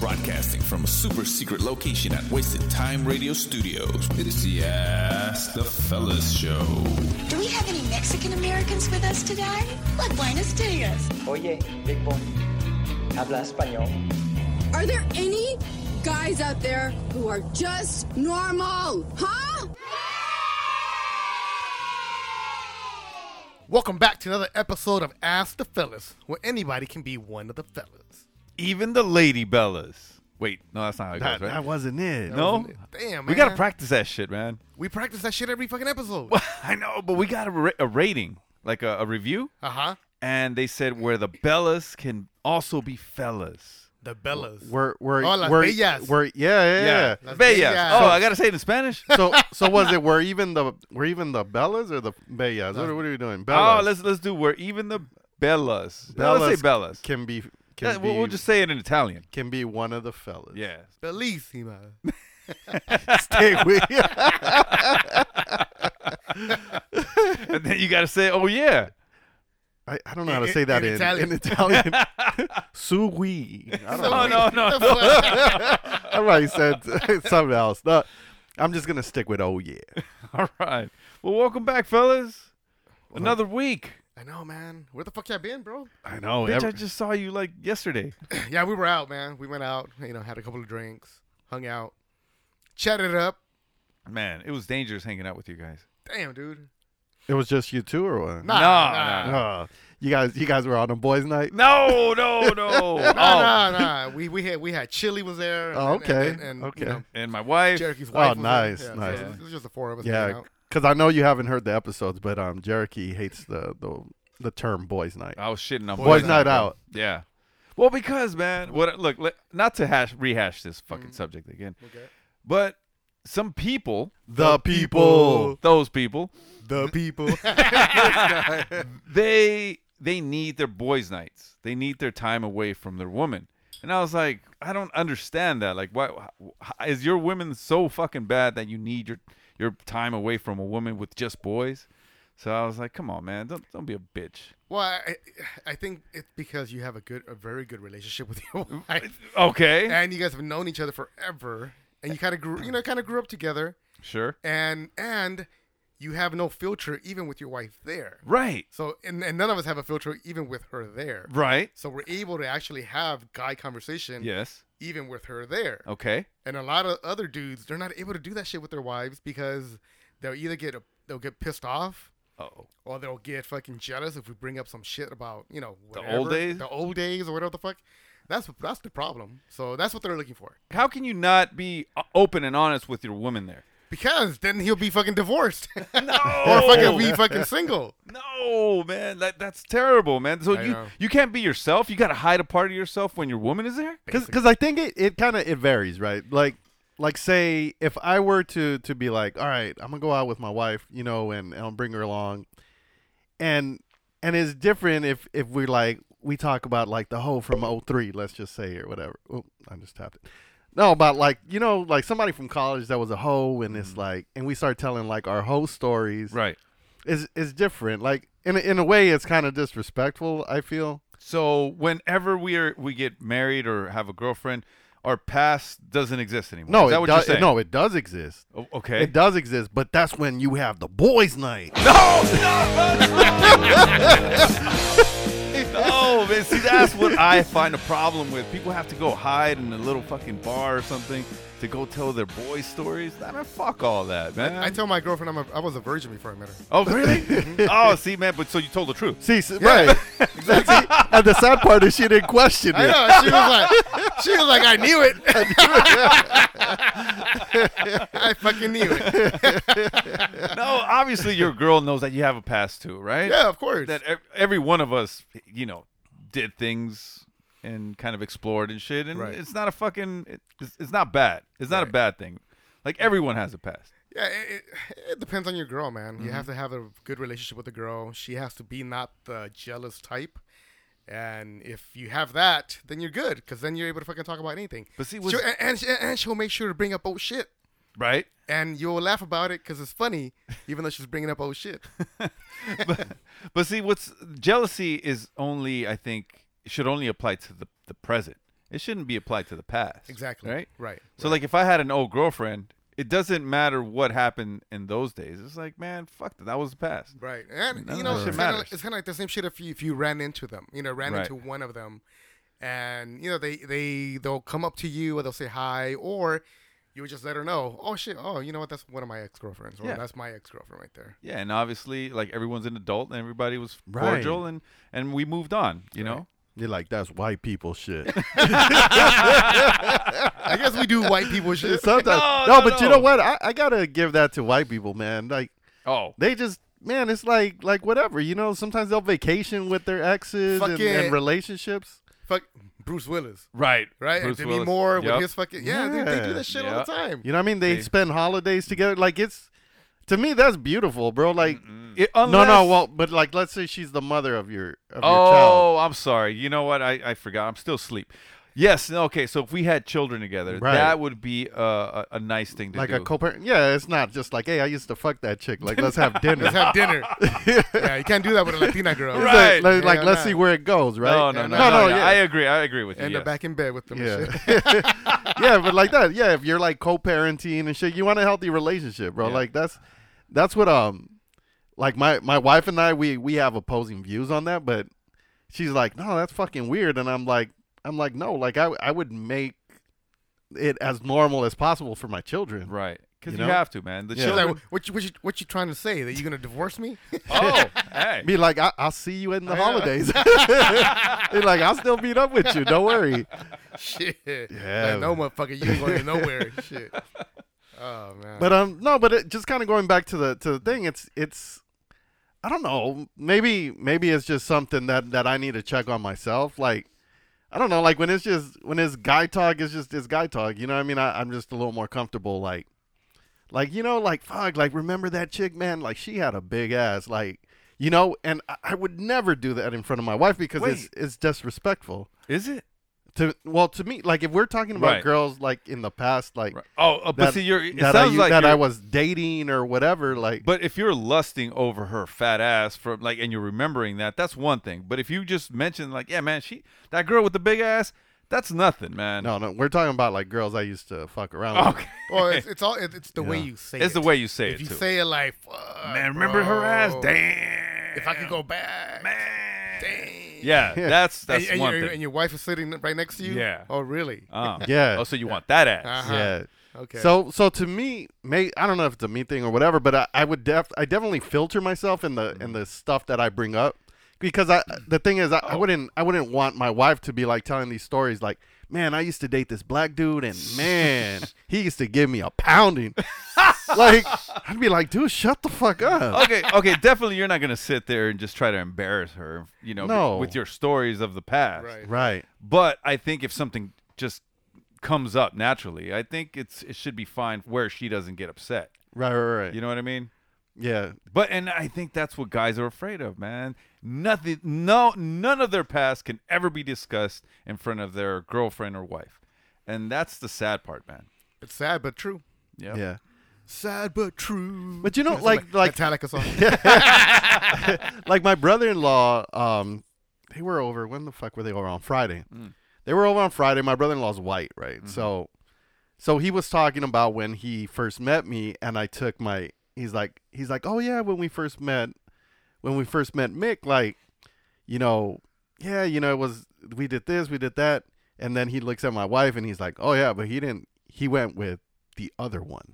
broadcasting from a super secret location at Wasted Time Radio Studios. It is the Ask the Fellas Show. Do we have any Mexican Americans with us today? Like Buenos Dias. Oye, Big Boy, habla español. Are there any guys out there who are just normal? Huh? Welcome back to another episode of Ask the Fellas, where anybody can be one of the fellas. Even the lady bellas. Wait, no, that's not how it That, goes, right? that wasn't it. no, Damn, we man. gotta practice that shit, man. We practice that shit every fucking episode. I know, but we got a, ra- a rating, like a, a review, Uh huh. and they said where the bellas can also be fellas. The Bellas. We're we're Oh, las we're, bellas. we're yeah yeah. yeah. Las bellas. bellas. Oh, I gotta say it in Spanish. so so was it we're even the we're even the bellas or the bellas? What, are- what are we doing? Bellas. Oh, let's let's do where even the bellas. No, let's say bellas. can be can Yeah, be we'll, we'll just say it in Italian. can be one of the fellas. Yeah. Bellissima. Stay with and then you gotta say, oh yeah. I, I don't know how In- to say that in in, Italian. in Italian. Sui. I don't Oh know. no no. no. I probably said something else. No, I'm just gonna stick with oh yeah. All right. Well, welcome back, fellas. Another week. I know, man. Where the fuck y'all been, bro? I know. Bitch, every- I just saw you like yesterday. yeah, we were out, man. We went out, you know, had a couple of drinks, hung out, chatted up. Man, it was dangerous hanging out with you guys. Damn, dude. it was just you two or what? Nah, No, nah. Oh, you guys, you guys were on a boys' night. No, no, no. Nah, oh, nah, nah. We we had we had Chili was there. And, Oh, and- okay, And, and, okay. Oh, You know, and my wife. Cherokee's wife. was there. nice, Yeah, so nice. it was- it was just the four of us. hanging Yeah, out. because I know you haven't heard the episodes, but um, Jericho hates the the, the term boys' night. I was shitting on boys' night out. Yeah. Well, because man, what look, let, not to hash rehash this fucking subject again. Okay. But some people, The people. those people, The people. they they need their boys' nights. They need their time away from their woman. And I was like, I don't understand that. Like, why wh- is your women so fucking bad that you need your your time away from a woman with just boys? So I was like, come on, man, don't don't be a bitch. well, I, I think it's because you have a good, a very good relationship with your wife, Okay, and you guys have known each other forever, and you kind of grew, you know, kind of grew up together, sure, and and you have no filter even with your wife there. right, So and, and none of us have a filter even with her there. right, So we're able to actually have guy conversation yes, even with her there. okay, And a lot of other dudes, they're not able to do that shit with their wives because they'll either get they'll get pissed off oh, or they'll get fucking jealous if we bring up some shit about you know The old whatever, days? the old days or whatever the fuck. That's that's the problem. So that's what they're looking for. how can you not be o- open and honest with your woman there? Because then he'll be fucking divorced No, or fucking be fucking single. No, man, that, that's terrible, man. So I you know. you can't be yourself. You got to hide a part of yourself when your woman is there. because I think it, it kind of it varies, right? Like like say if I were to to be like, all right, I'm gonna go out with my wife, you know, and, and I'll bring her along, and and it's different if if we like we talk about like the hoe from 03, let's just say or whatever. Oh, I just tapped it. No, about like you know, like somebody from college that was a hoe, and it's like, and we start telling like our hoe stories. Right. Is is different. Like in a- in a way, it's kind of disrespectful. I feel. So whenever we are we get married or have a girlfriend, our past doesn't exist anymore. No, is that it what does. you're saying? No, it does exist. O- Okay. It does exist, but that's when you have the boys' night. No, Oh, man. See, that's what I find a problem with. People have to go hide in a little fucking bar or something to go tell their boy stories. I mean, fuck all that, man. I tell my girlfriend I'm a, I was a virgin before I met her. oh, really? oh, see, man. But so you told the truth. See, s- right? exactly. And the sad part is she didn't question I it. know. She was like, she was like, I knew it. I fucking knew it. No, obviously your girl knows that you have a past too, right? Yeah, of course. that ev- every one of us, you know, did things and kind of explored and shit. And Right. it's not a fucking, it- it's, it's not bad. It's not a bad thing. Like everyone has a past. yeah, it, it, it depends on your girl, man. You Mm-hmm. have to have a good relationship with the girl. She has to be not the jealous type. And if you have that, then you're good, because then you're able to fucking talk about anything. But see, was- She'll- and, and, she- and she'll make sure to bring up old shit, Right. and you'll laugh about it because it's funny, even though she's bringing up old shit. But see, what's jealousy is only, I think, should only apply to the, the present. It shouldn't be applied to the past. Exactly. Right. Right, So like, if I had an old girlfriend, it doesn't matter what happened in those days. It's like, man, fuck that. That was the past. Right, and None you of know, that shit it's kind of matters. it's kind of like the same shit if you if you ran into them, you know, ran Right. into one of them, and you know they they they'll come up to you or they'll say hi, or you would just let her know, oh shit, oh you know what, that's one of my ex girlfriends, or Yeah. that's my ex girlfriend right there. Yeah, and obviously, like everyone's an adult, and everybody was Right. cordial, and and we moved on. You know. You're like, that's white people shit. I guess we do white people shit. Sometimes, no, No, no, but you no. know what? I, I gotta give that to white people, man. Like Oh. they just, man, it's like like whatever. You know, sometimes they'll vacation with their exes Fuck and, yeah. and relationships. Fuck Bruce Willis, Right. right? Bruce Demi Willis. Moore Yup. with his fucking yeah, They, they do Yeah. that shit all Yup. the time. You know what I mean? They They- spend holidays together. Like it's to me, that's beautiful, bro. Like It- no, no, unless- well, but like let's say she's the mother of your of your child. Oh, I'm sorry. You know what? I, I forgot. I'm still asleep. Yes. no, Okay. So if we had children together, Right. that would be a, a, a nice thing to Like do. a co-parent, yeah. It's not just like, hey, I used to fuck that chick. Like, let's have dinner. Let's have dinner. yeah, you can't do that with a Latina girl. Right. Like, like, Yeah, let's nah. see where it goes, right? No, no, Yeah, no, no, no, no, yeah. I agree. I agree with you. End yes. up back in bed with them. And shit. Yeah. yeah, but like that, yeah, if you're like co-parenting and shit, you want a healthy relationship, bro. Yeah. Like that's that's what um like my my wife and I we we have opposing views on that, but she's like, "No, that's fucking weird." And I'm like I'm like, "No, like I I would make it as normal as possible for my children." Right. Because you, You know? have to, man. The Yeah. Like, children. what, you, what, you, what you trying to say? That you gonna divorce me? oh, hey. Oh, Be like, I, "I'll see you in the know. holidays." They're like, "I'll still meet up with you. Don't worry." shit. Yeah, Like, no motherfucker, you ain't going nowhere. shit. Oh man. But um, no, but it, just kind of going back to the to the thing, it's it's, I don't know, maybe maybe it's just something that that I need to check on myself. Like, I don't know, like when it's just when it's guy talk, it's just it's guy talk. You know, what I mean, I, I'm just a little more comfortable. Like, like you know, like fuck, like remember that chick, man? Like she had a big ass, like. You know, and I- I would never do that in front of my wife because it's Wait. it's disrespectful Is it? to well to me. Like if we're talking about Right. girls like in the past, like Right. Oh, uh, but see, you're. It that I, sounds u- like that I you're- was dating or whatever. Like, But if you're lusting over her fat ass from like, and you're remembering that, that's one thing. But if you just mention like, yeah, man, she that girl with the big ass, that's nothing, man. no, no, we're talking about like girls I used to fuck around. with. Okay. Well, it's, it's all it- it's the way you say it. It's the way you say if it you too. say it like, fuck, Man, remember her ass? bro. Damn. If I could go back, Man. damn. Yeah, that's And, that's and one your, and thing. your wife is sitting right next to you. Yeah. Oh, really? Uh, Yeah. Oh, so you want that ass? Uh-huh. Yeah. Okay. So, so to me, may I don't know if it's a me thing or whatever, but I, I would def I definitely filter myself in Mm-hmm. the in the stuff that I bring up because I the thing is I, Oh. I wouldn't I wouldn't want my wife to be like telling these stories like man I used to date this black dude and man he used to give me a pounding like I'd be like dude shut the fuck up Okay, okay, definitely you're not gonna sit there and just try to embarrass her, you know, No. with your stories of the past. Right. right But I think if something just comes up naturally, I think it's it should be fine where she doesn't get upset. right right right You know what I mean? yeah But and I think that's what guys are afraid of, man. Nothing, no, none of their past can ever be discussed in front of their girlfriend or wife, and that's the sad part, man. it's sad but true. yeah Sad but true. But you know, That's a like- Me- like- Metallica song. like my brother-in-law um they were over when the fuck were they over on friday Mm. they were over on friday my brother-in-law's white right Mm-hmm. so so he was talking about when he first met me and i took my he's like he's like oh yeah when we first met when we first met mick like you know yeah you know it was we did this we did that and then he looks at my wife and he's like oh yeah but he didn't he went with the other one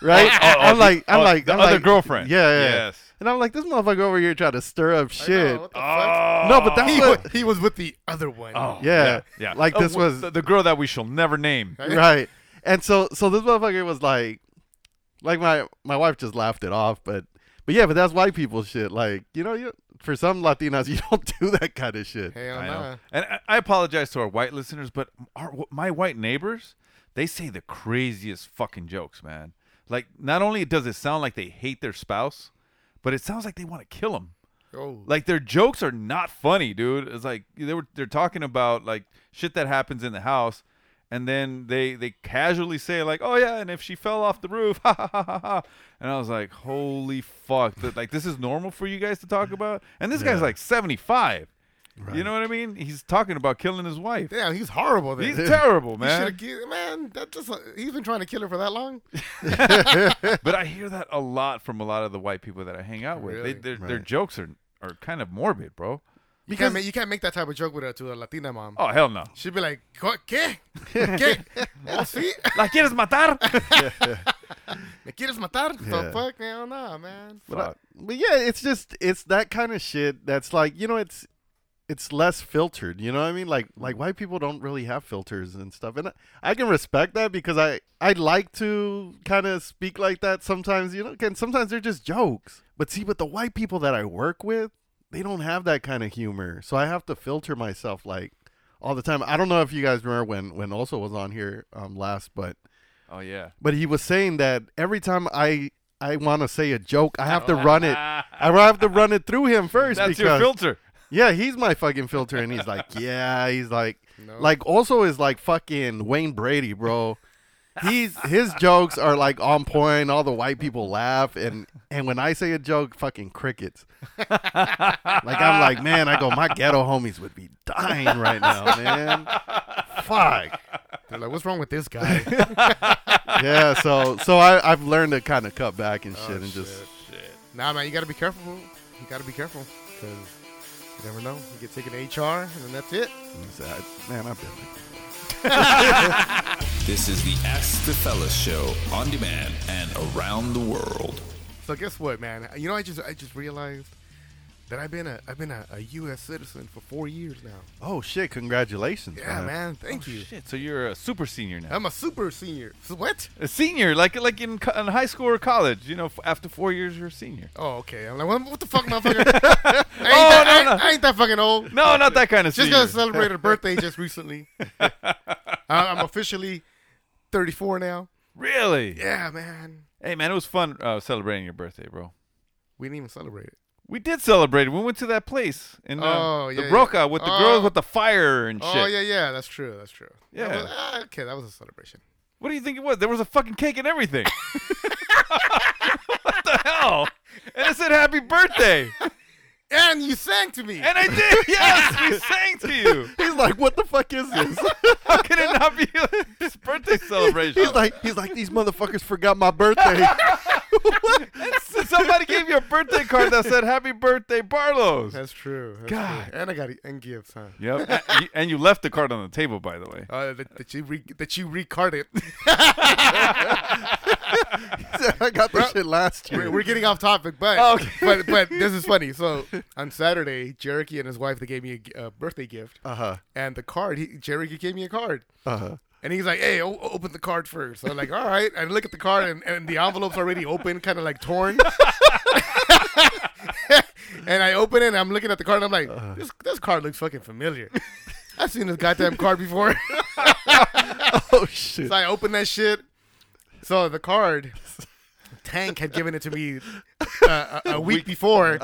right Oh, oh, i'm the- like i'm oh, like the I'm other like, girlfriend. yeah, yeah Yes. and I'm like, this motherfucker over here trying to stir up I shit. know, what the fuck? Oh, No, but that's He, what. wa- he was with the other one. Oh, Yeah, yeah. like Uh, this w- was- the, the girl that we shall never name. right. And so, so this motherfucker was like, like my my wife just laughed it off, but but yeah, but that's white people shit. Like you know, you for some Latinas, you don't do that kind of shit. Hell I nah. know. And I, I apologize to our white listeners, but our my white neighbors, they say the craziest fucking jokes, man. Like not only does it sound like they hate their spouse, but it sounds like they want to kill them. Oh. Like their jokes are not funny, dude. It's like they were they're talking about like shit that happens in the house, and then they they casually say like, "Oh yeah," and if she fell off the roof, ha ha ha ha ha. And I was like, "Holy fuck!" That like this is normal for you guys to talk about. And this guy's like seventy five. You know what I mean? He's talking about killing his wife. Yeah, he's horrible. There. He's terrible, He shoulda man. ki- man, that just he's been trying to kill her for that long. But I hear that a lot from a lot of the white people that I hang out with. Really? They, their, their jokes are are kind of morbid, bro. You can't make, you can't make that type of joke with her to a Latina mom. Oh hell no! She'd be like, "Co- ¿Qué? ¿Qué? Oh, sí? La quieres matar? ¿Me quieres matar? Yeah. The fuck? Hell nah, man. But, I- but yeah, it's just it's that kind of shit that's like you know it's it's less filtered. You know what I mean? Like like white people don't really have filters and stuff, and I, I can respect that because I I like to kind of speak like that sometimes. You know, and sometimes they're just jokes. But see, with the white people that I work with, they don't have that kind of humor, so I have to filter myself like all the time. I don't know if you guys remember when when also was on here um last, but oh yeah. but he was saying that every time I I want to say a joke, I have to run it. I have to run it through him first. Oh. That's because, your filter. Yeah, he's my fucking filter, and he's like, yeah, he's like, No. like also is like fucking Wayne Brady, bro. He's his jokes are like on point. All the white people laugh, and and when I say a joke, fucking crickets. like I'm like, man, I go, my ghetto homies would be dying right now, man. Fuck. They're like, "What's wrong with this guy?" yeah, so so I, I've learned to kind of cut back and Oh, shit, and just nah, man, you gotta be careful. You gotta be careful because you never know. You get taken to HR, and then that's it. I- man, I've been. Like, This is the Ask the Fellas show on demand and around the world. So guess what, man? You know, I just I just realized that I've been a I've been a, a U.S. citizen for four years now. oh shit! Congratulations, Yeah, Oh, man. Thank you. Shit. So you're a super senior now. I'm a super senior. So what? a senior, like like in, co- in high school or college. You know, f- after four years, you're a senior. Oh, okay. I'm like, what, what the fuck, motherfucker? I, ain't that, I, ain't- I ain't that fucking old. No, not that kind of Just senior. gonna celebrate her birthday just recently. I- I'm officially 34 now. really? Yeah, man. Hey man, it was fun uh, celebrating your birthday, bro. We didn't even celebrate it. We did celebrate. it. We went to that place in uh, Oh, the yeah, Broca yeah. with the Oh. girls with the fire and shit. Oh yeah, yeah. That's true. That's true. That Yeah. was- ah, okay, that was a celebration. What do you think it was? There was a fucking cake and everything. what the hell? And it said happy birthday. And you sang to me. And I did. Yes, we sang to you. He's like, what the fuck is this? How can it not be this birthday celebration? he's like, he's like, these motherfuckers forgot my birthday. So somebody gave you a birthday card that said happy birthday, Barlow's. That's true. That's God. True. And I got it. And gifts, huh? Yep. And you, and you left the card on the table, by the way. Uh, that, that you re- that you recarded. I got this shit last year. we're, we're getting off topic, but Oh, okay. but but this is funny. So on Saturday, Jericho and his wife they gave me a g- a, birthday gift, uh-huh. and the card. He, Jericho gave me a card, Uh-huh. and he's like, "Hey, o- open the card first. So I'm like, "All right." And I look at the card, and, and the envelope's already open, kind of like torn. and I open it, and I'm looking at the card, and I'm like, Uh-huh. "This this card looks fucking familiar." I've seen this goddamn card before. Oh shit. So I opened that shit. So the card, Tank had given it to me uh, a, a week before,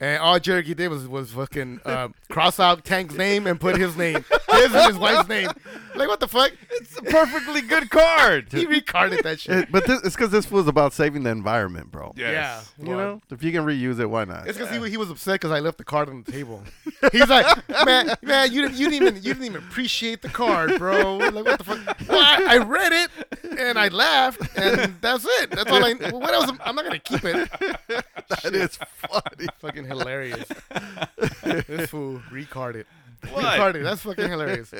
and all Jericho did was was fucking uh, cross out Tank's name and put his name, his and his wife's name. Like what the fuck? It's a perfectly good card. He recarded that shit. It- but this, it's because this was about saving the environment, bro. Yes. Yeah, You know, if you can reuse it, why not? It's because he, he was upset because I left the card on the table. He's like, man, man, you didn't, you didn't even, you didn't even appreciate the card, bro. Like, what the fuck? Well, I, I read it and I laughed, and that's it. That's all I. What else? I'm not gonna keep it. That is funny. fucking hilarious. this fool recarded. What? Recarded. That's fucking hilarious.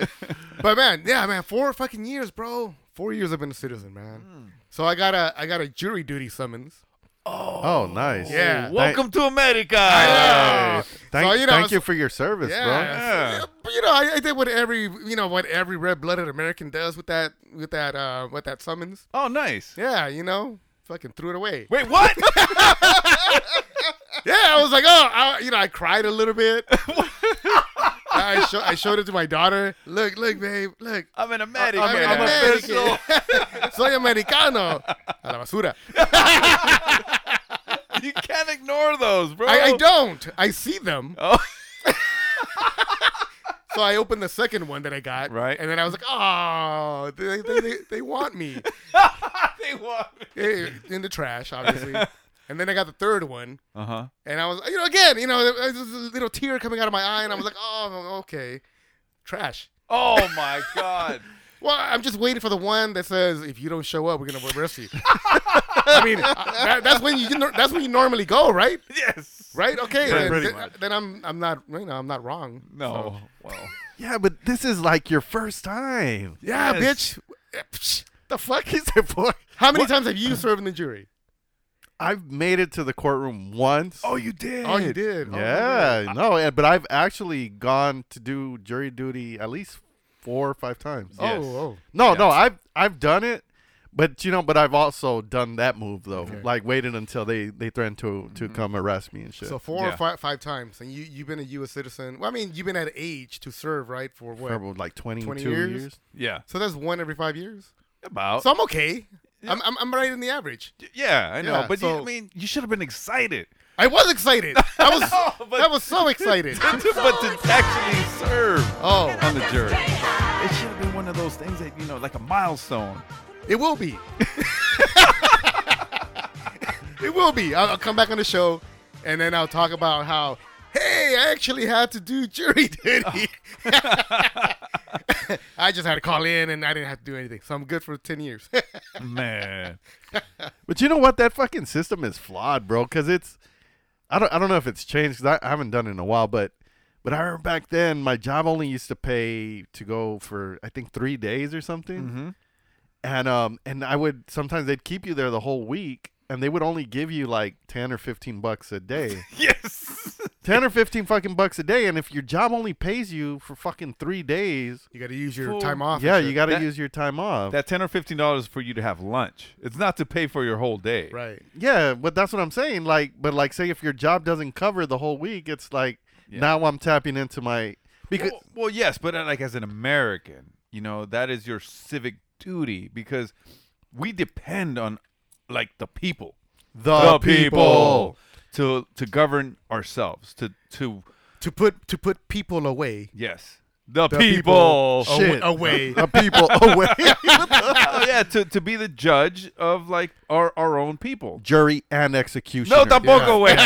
but man, yeah, man, four fucking years, bro. Four years I've been a citizen, man. Hmm. So I got a I got a jury duty summons. Oh, nice. Yeah. Welcome to America. Yeah. Thank, So, you know, thank you it's- for your service, bro. Yeah. Yeah. But you know, I, I did what every you know what every red blooded American does with that with that uh with that summons. Oh, nice. Yeah, you know. Fucking threw it away. Wait, what? Yeah, I was like, oh, I, you know, I cried a little bit. I, show, I showed it to my daughter. Look, look, babe, look. I'm an American. I'm an American. official. Soy americano. A la basura. You can't ignore those, bro. I, I don't. I see them. Oh. So I opened the second one that I got. Right. And then I was like, oh, they, they, they, they want me. They want me. Eh, In the trash, obviously. And then I got the third one, Uh huh. and I was, you know, again, you know, there was a little tear coming out of my eye, and I was like, oh, okay, trash. Oh my god. Well, I'm just waiting for the one that says, "If you don't show up, we're gonna arrest you." I mean, I- that, that's when you that's when you normally go, right? yes. Right? Okay. Yeah, then, pretty then- much. then I'm I'm not you know I'm not wrong. No. So- Well. Yeah, but this is like your first time. Yeah, Yes. bitch. Eh, Psh, The fuck is Hey, boy, How many times have you served in the jury? I've made it to the courtroom once. Oh, you did. Oh, you did. Oh, yeah, no, yeah, but I've actually gone to do jury duty at least four or five times. Oh, Yes. oh. No, no, I've I've done it, but you know, but I've also done that move though, like waited until they they threatened to to come arrest me and shit. Mm-hmm. So four Yeah. or five, five times, and you you've been a U.S. citizen. Well, I mean, you've been at age to serve, right? For what? For about, like 22 20 years? years? Yeah. So that's one every five years. About. So I'm okay. I'm, I'm I'm right in the average. yeah, I know. Yeah, but you, I so- mean, you should have been excited. I was excited. I was No, but- I was so excited. but to actually serve Oh, on the jury, it should have been one of those things that you know, like a milestone. it will be. it will be. I'll, I'll come back on the show, and then I'll talk about how hey, I actually had to do jury duty. I just had to call in, and I didn't have to do anything, so I'm good for ten years. Man. But you know what? That fucking system is flawed, bro. Because it's, I don't, I don't know if it's changed. 'cause I, I haven't done it in a while, but, but I remember back then my job only used to pay to go for I think three days or something, Mm-hmm. and um, and I would sometimes they'd keep you there the whole week, and they would only give you like ten or fifteen bucks a day, Yes. ten or fifteen fucking bucks a day, and if your job only pays you for fucking three days, you got to use your Full- time off. and yeah, shit. you got to That- use your time off. That ten or fifteen dollars for you to have lunch. It's not to pay for your whole day. right. Yeah, but that's what I'm saying. Like, but like, say if your job doesn't cover the whole week, it's like now I'm tapping into my because well, well, yes, but uh, like as an American, you know that is your civic duty because we depend on like the people, The people. to to govern ourselves. To to To put to put people away. yes, the, The awa- people. Shit. away. the people away Oh, yeah, to, to be the judge of like our our own people. jury and execution. No, tampoco way.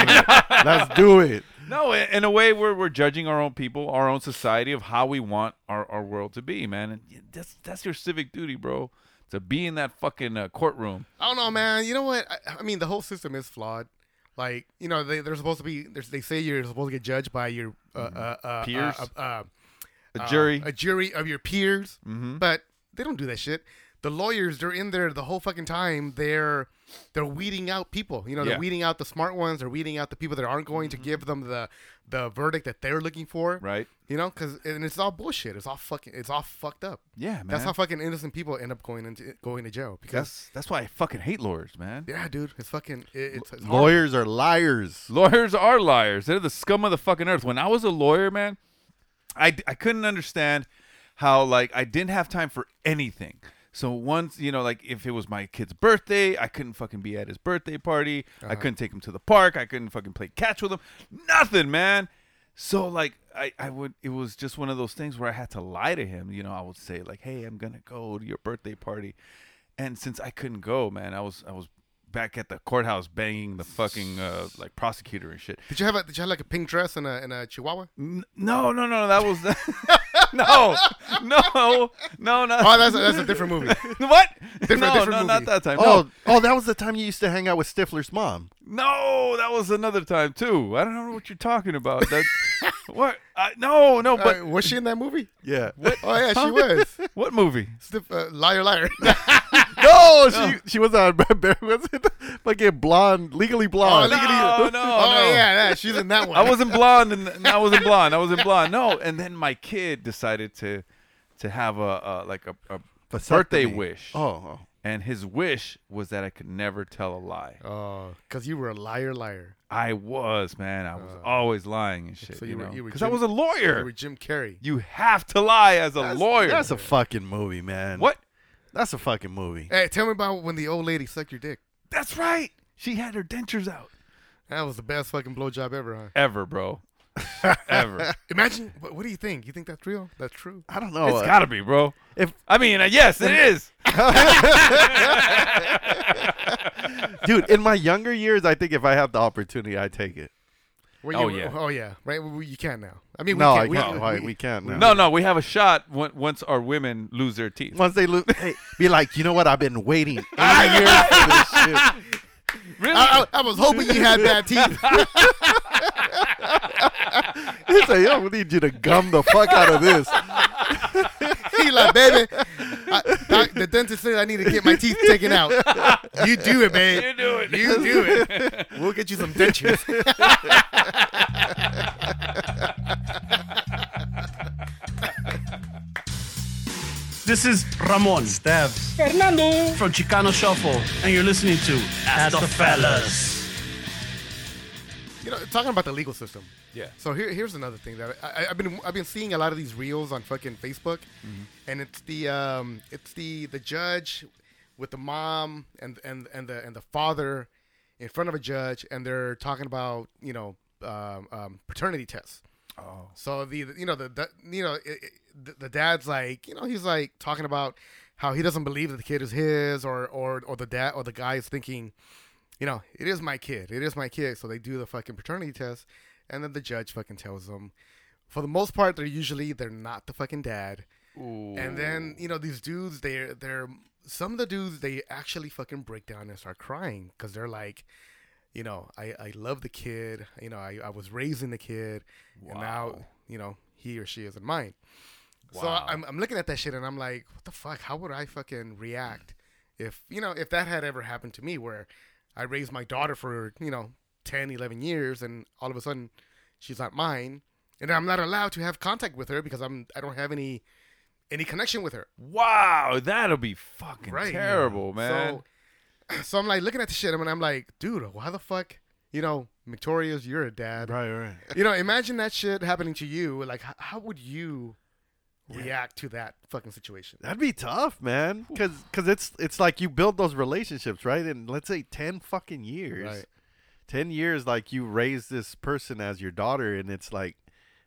Let's do it. No, i- in a way, we're, we're judging our own people, our own society of how we want our, our world to be, man. And y- that's that's your civic duty, bro, to be in that fucking uh, courtroom. I don't know, man. You know what? I, I mean, the whole system is flawed. Like, you know, they, they're supposed to be. There's, they say you're supposed to get judged by your uh, uh, uh, Mm-hmm. Peers? uh, uh, uh, A uh, jury. Mm-hmm. a jury of your peers. But they don't do that shit. The lawyers, they're in there the whole fucking time. They're they're weeding out people. You know, Yeah. Mm-hmm. they're weeding out the smart ones. They're weeding out the people that aren't going to give them the the verdict that they're looking for. Right. You know, because and it's all bullshit. It's all fucking. It's all fucked up. Yeah, man. That's how fucking innocent people end up going into going to jail because that's that's why I fucking hate lawyers, man. yeah, dude, it's fucking it, it's, it's hard. Lawyers are liars. Lawyers are liars. They're the scum of the fucking earth. When I was a lawyer, man, I, I couldn't understand how like I didn't have time for anything. So once you know, like if it was my kid's birthday, I couldn't fucking be at his birthday party. I couldn't take him to the park. I couldn't fucking play catch with him. Nothing, man. So like I, I would it was just one of those things where I had to lie to him. You know, I would say like, hey, I'm gonna go to your birthday party, and since I couldn't go, man, I was I was back at the courthouse banging the fucking uh, like prosecutor and shit. Did you have a, did you have like a pink dress and a and a chihuahua? N- No, no, no, that was no, no, no, no. Oh, that's a, that's a different movie. what? no, different no, movie. not that time. Oh, No, oh, that was the time you used to hang out with Stifler's mom. no, that was another time too. I don't know what you're talking about. That what? I, no, no, but Uh, was she in that movie? Yeah. Oh yeah, she was. what movie? Stiff, uh, liar, liar. No, she she was on was it fucking blonde, legally blonde. Oh, Legally- No, no, oh no. yeah, yeah, she's in that one. I wasn't blonde, and and I wasn't blonde. I wasn't blonde. No, and then my kid decided to to have a, a like a, a Vasectomy. birthday wish. Oh, oh. and his wish was that I could never tell a lie. Oh, because you were a liar, liar. I was, man. I was always lying and shit. Oh. So you, you were- know, you were because I Jim- was a lawyer. You were Jim Carrey. You have to lie as a lawyer. That's a fucking movie, man. what? That's a fucking movie. Hey, tell me about when the old lady sucked your dick. That's right. She had her dentures out. That was the best fucking blowjob ever, huh? Ever, bro. Ever. Imagine. What, what do you think? You think that's real? That's true. I don't know. uh, It's gotta be, bro. if I mean, uh, yes, it is. dude. In my younger years, I think if I have the opportunity, I take it. Were Oh, you- yeah. oh yeah, right. We, you can now. I mean, no, we I can. can't. We, Why- we- we can't now. No, no, we have a shot on- once our women lose their teeth. Once they lose, hey, be like, you know what? I've been waiting eight years for this shit. Really? I, I, I was hoping you had bad teeth. He said, yo, we need you to gum the fuck out of this. He like, baby, I, doc- the dentist said I need to get my teeth taken out. You do it, babe. You do it. You do it. We'll get you some dentures. This is Ramon Stabs Fernando from Chicano Shuffle, and you're listening to Ask, the, Fellas. You know, talking about the legal system. Yeah. So here, here's another thing that I, I, I've been I've been seeing a lot of these reels on fucking Facebook, and it's the um it's the the judge with the mom and and and the and the father in front of a judge, and they're talking about you know um, um, paternity tests. Oh. So the the- you know the, the you know it, it, the, the dad's like you know he's like talking about how he doesn't believe that the kid is his or or or the dad or the guy is thinking you know, it is my kid. It is my kid. So they do the fucking paternity test, and then the judge fucking tells them. For the most part, they're usually they're not the fucking dad. And then you know these dudes, they're they're some of the dudes they actually fucking break down and start crying because they're like, you know, I I love the kid. You know, I I was raising the kid, and now you know he or she isn't mine. So I'm, I'm looking at that shit and I'm like, what the fuck? How would I fucking react if, you know, if that had ever happened to me where I raised my daughter for, you know, 10, 11 years and all of a sudden she's not mine and I'm not allowed to have contact with her because I'm, I don't have any, any connection with her. Wow, that'll be fucking Right. terrible, man. So, so I'm like looking at the shit and I'm like, dude, why the fuck, you know, Victoria's, you're a dad. Right, right. You know, imagine that shit happening to you. Like, how, how would you react to that fucking situation? That'd be tough, man. Cause, 'cause it's it's like you build those relationships, right? In let's say ten fucking years, Right. ten years, like you raise this person as your daughter, and it's like,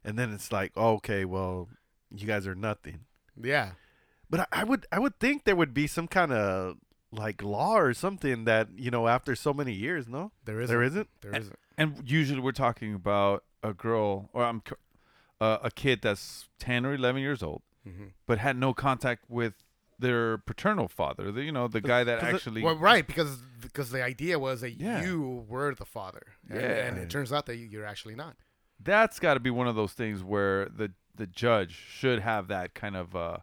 and then it's like, "Oh, okay, well, you guys are nothing. Yeah. But I, I would I would think there would be some kind of like law or something that you know after so many years, no, There isn't. there isn't. There isn't. And usually we're talking about a girl or I'm c- uh, a kid that's 10 or 11 years old but had no contact with their paternal father, the, you know, the guy that actually Well, right, because because the idea was that Yeah. you were the father, and, Yeah. and it turns out that you- you're actually not. that's got to be one of those things where the the judge should have that kind of uh,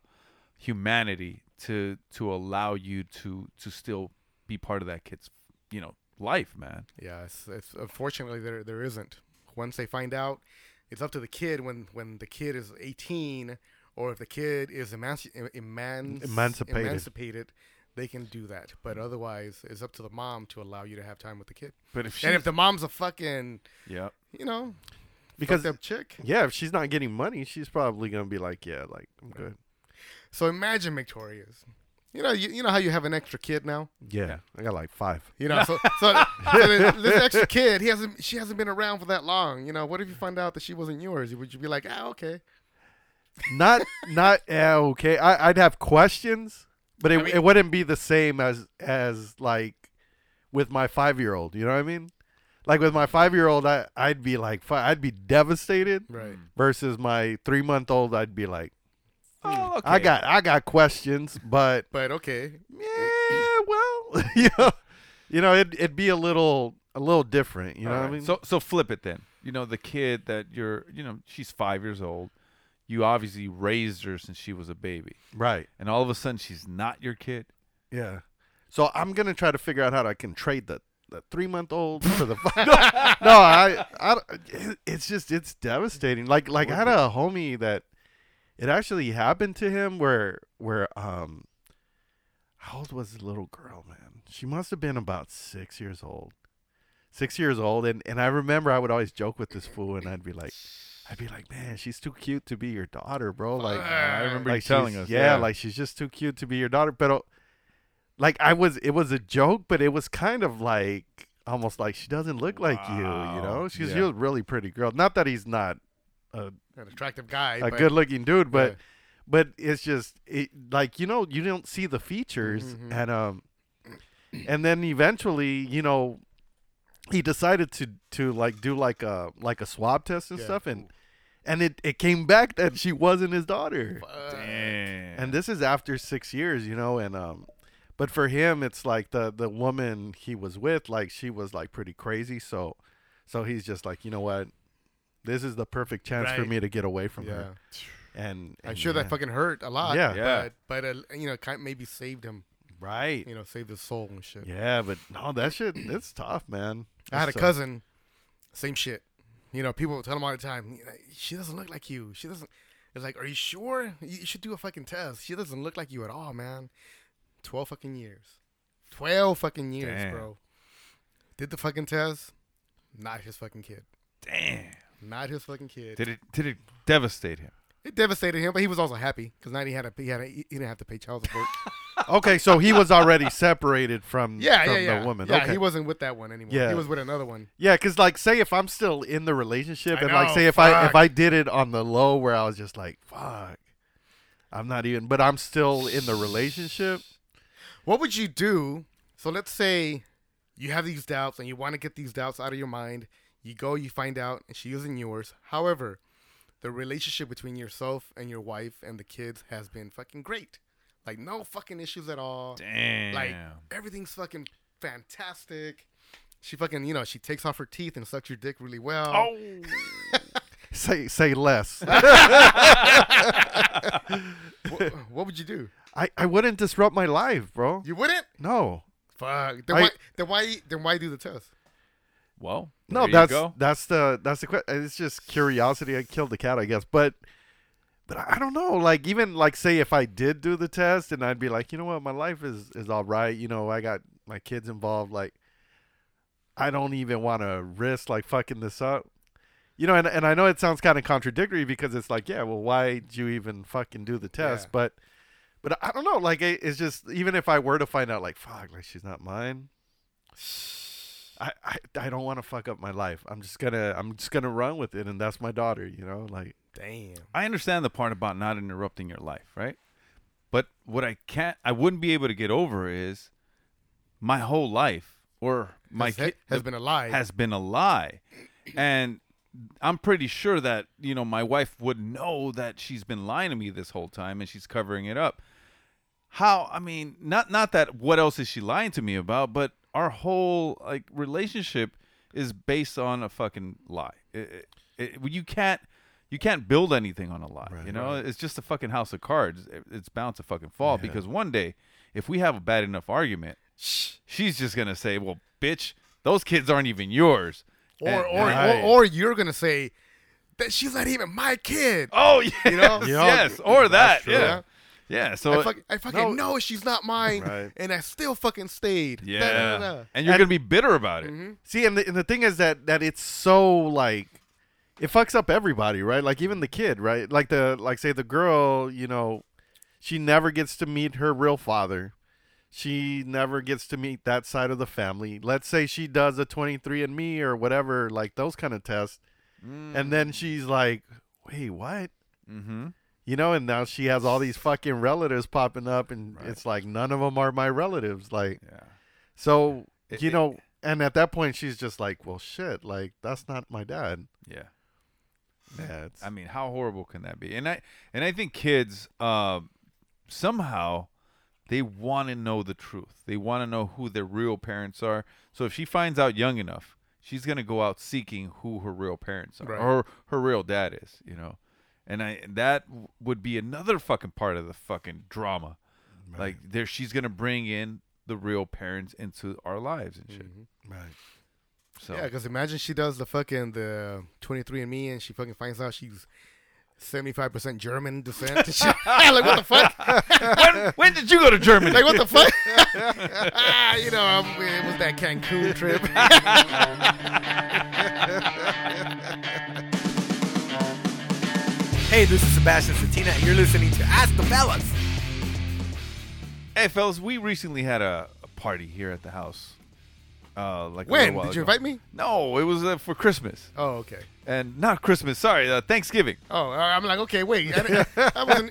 humanity to to allow you to to still be part of that kid's you know life, man. Yeah, it's, it's unfortunately there there isn't. Once they find out, it's up to the kid when when the kid is 18 or if the kid is emanci- em- emanci- Emancipated. emancipated, they can do that. But otherwise, it's up to the mom to allow you to have time with the kid. But if and if the mom's a fucking, yeah, you know, Because- because up chick. Yeah, if she's not getting money, she's probably gonna be like, yeah, like I'm good. So imagine Victoria's. You know, you, you know how you have an extra kid now. Yeah, I got like five. You know, so so, so this this extra kid, he hasn't, she hasn't been around for that long. You know, what if you find out that she wasn't yours? Would you be like, ah, okay, not not yeah, okay. I, I'd have questions, but it, it wouldn't be the same as as like with my five year old. You know what I mean? Like with my five year old, I I'd be like fi- I'd be devastated. Right. Versus my three month old, I'd be like, oh, okay. I got I got questions, but but okay, yeah, well, you know, you know, it it'd be a little a little different. You know what I Alright, mean? So so flip it then. You know, the kid that you're, you know, she's five years old. You obviously raised her since she was a baby, right. and all of a sudden she's not your kid. Yeah. So I'm gonna try to figure out how I can trade the, the three month old for the no, I, I it- it's just it's devastating. Like like I had a homie that it actually happened to him where where um how old was the little girl man? She must have been about six years old. Six years old and and I remember I would always joke with this fool and I'd be like. I'd be like, man, she's too cute to be your daughter, bro. Like, I remember you like telling she's- us. Yeah, like she's just too cute to be your daughter. But uh, like I was, it was a joke, but it was kind of like almost like she doesn't look like you. You know, Wow. she's Yeah. you're a really pretty girl. Not that he's not an attractive guy, a but good looking dude, but Yeah. but it's just it, like you know you don't see the features Mm-hmm. and um and then eventually you know he decided to to like do like a like a swab test and Yeah. stuff and and it it came back that she wasn't his daughter Damn. and this is after six years you know and um but for him it's like the the woman he was with like she was like pretty crazy so so he's just like you know what this is the perfect chance for Right. me to get away from Yeah. her and, I'm and sure yeah. that fucking hurt a lot. Yeah. Yeah. But, but uh, you know, kind maybe saved him. right You know, saved his soul and shit. Yeah, but no, that shit, it's tough, man. I had a It's tough. cousin, same shit. You know, people would tell him all the time, she doesn't look like you. She doesn't. It's like, are you sure? You you should do a fucking test. She doesn't look like you at all, man. Twelve fucking years. Twelve fucking years, Damn. bro. Did the fucking test? Not his fucking kid. Damn. Not his fucking kid. Did it did it devastate him? it devastated him, but he was also happy because now he had a he had a, he didn't have to pay child support. Okay, so he was already separated from yeah, from yeah, the yeah. woman. Yeah, okay. he wasn't with that one anymore. Yeah. he was with another one. Yeah, because like, say if I'm still in the relationship, I and like, know, say if I if fuck. I did it on the low where I was just like, fuck, I'm not even, but I'm still in the relationship. What would you do? So let's say you have these doubts and you want to get these doubts out of your mind. You go, you find out, and she isn't yours. However, the relationship between yourself and your wife and the kids has been fucking great. Like no fucking issues at all. Damn. Like everything's fucking fantastic. She fucking, you know, she takes off her teeth and sucks your dick really well. oh. Say say less. Wha- what would you do? I I wouldn't disrupt my life, bro. You wouldn't? No, Fuck. Then I- why? Then why? Then why do the test? Well. No, there you that's go. that's the that's the question. It's just curiosity. I killed the cat, I guess. But but I I don't know. Like even like say if I did do the test and I'd be like, you know what, my life is is all right. You know, I got my kids involved. Like I don't even want to risk like fucking this up. You know, and and I know it sounds kind of contradictory because it's like, yeah, well, why'd you even fucking do the test? Yeah. But but I don't know. Like it, it's just even if I were to find out, like fuck, like she's not mine. I, I, I don't want to fuck up my life. I'm just gonna I'm just gonna run with it, and that's my daughter. You know, like Damn. I understand the part about not interrupting your life, right? But what I can't, I wouldn't be able to get over is my whole life or my Has, kid- has been a lie. has been a lie, and I'm pretty sure that you know my wife would know that she's been lying to me this whole time and she's covering it up. How? I mean, not not that what else is she lying to me about, but our whole like relationship is based on a fucking lie. It, it, it- you can't you can't build anything on a lie. you know, it's just a fucking house of cards. It- it's bound to fucking fall because one day if we have a bad enough argument, she's just gonna say, "Well, bitch, those kids aren't even yours." or And- or, Right. or or you're gonna say that she's not even my kid. Oh yeah, know? Yeah, yes, or that, that's true. yeah, yeah. So I, fuck, I fucking no. know she's not mine, Right. and I still fucking stayed. Da, da, Mm-hmm. da, yeah, da. and you're And- gonna be bitter about it. see, and the, and the thing is that that it's so like it fucks up everybody, right? Like even the kid, right? Like the like say the girl, you know, she never gets to meet her real father. She never gets to meet that side of the family. Let's say she does a 23andMe or whatever, like those kind of tests, and then she's like, "Wait, what?" Mm-hmm. You know, and now she has all these fucking relatives popping up, and it's like none of them are my relatives. Like, Yeah. so It- you it- know, and at that point, she's just like, "Well, shit, like that's not my dad." Yeah. Yeah, it's, I mean, how horrible can that be? And I and I think kids uh, somehow they want to know the truth. They want to know who their real parents are. So if she finds out young enough, she's gonna go out seeking who her real parents are Right. or her real dad is. You know, and I that w- would be another fucking part of the fucking drama. Like there, she's gonna bring in the real parents into our lives and shit. right. So Yeah, because imagine she does the fucking the 23andMe, and she fucking finds out she's 75 percent German descent. and shit. like what the fuck? when, when did you go to Germany? Like what the fuck? Ah, you know, I'm, it was that Cancun trip. Hey, this is Sebastian Satina, and you're listening to Ask the Fellas. Hey, fellas, we recently had a, a party here at the house. Uh, like a When? little while Did you ago. invite me? No, it was uh, for Christmas Oh, okay. and not Christmas. Sorry, uh, Thanksgiving. Oh, I- I'm like, okay, wait. I, I wasn't,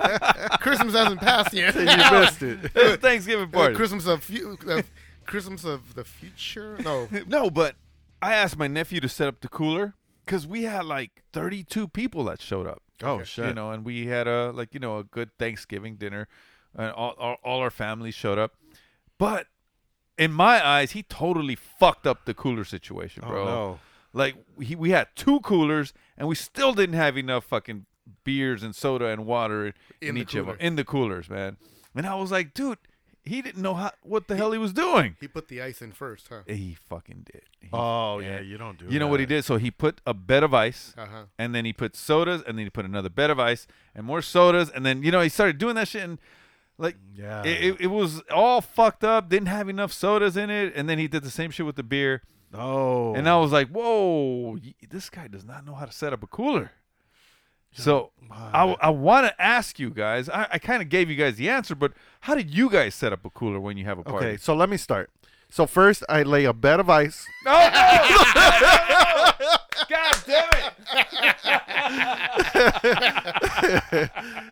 Christmas hasn't passed yet. You missed it. It was a Thanksgiving Uh, party. Christmas of fu- uh, Christmas of the future? No. no, but I asked my nephew to set up the cooler because we had like 32 people that showed up. Oh, shit. You know, and we had a like you know a good Thanksgiving dinner, and all all, all our family showed up. But in my eyes, he totally fucked up the cooler situation, bro. no. Like he, we had two coolers, and we still didn't have enough fucking beers and soda and water in, In the each of them cooler. in the coolers, man. And I was like, dude, he didn't know how what the hell he was doing. He put the ice in first, huh? He fucking did. He Oh yeah, you don't do. you know what he did? So he put a bed of ice, Uh-huh. and then he put sodas, and then he put another bed of ice, and more sodas, and then you know he started doing that shit, and like Yeah. it, it, it was all fucked up. Didn't have enough sodas in it, and then he did the same shit with the beer, Oh, and I was like, whoa, y- this guy does not know how to set up a cooler. So I, want to ask you guys. I, I kind of gave you guys the answer, but how did you guys set up a cooler when you have a party? okay. So let me start. So first, I lay a bed of ice. No, no, no, no. God damn it!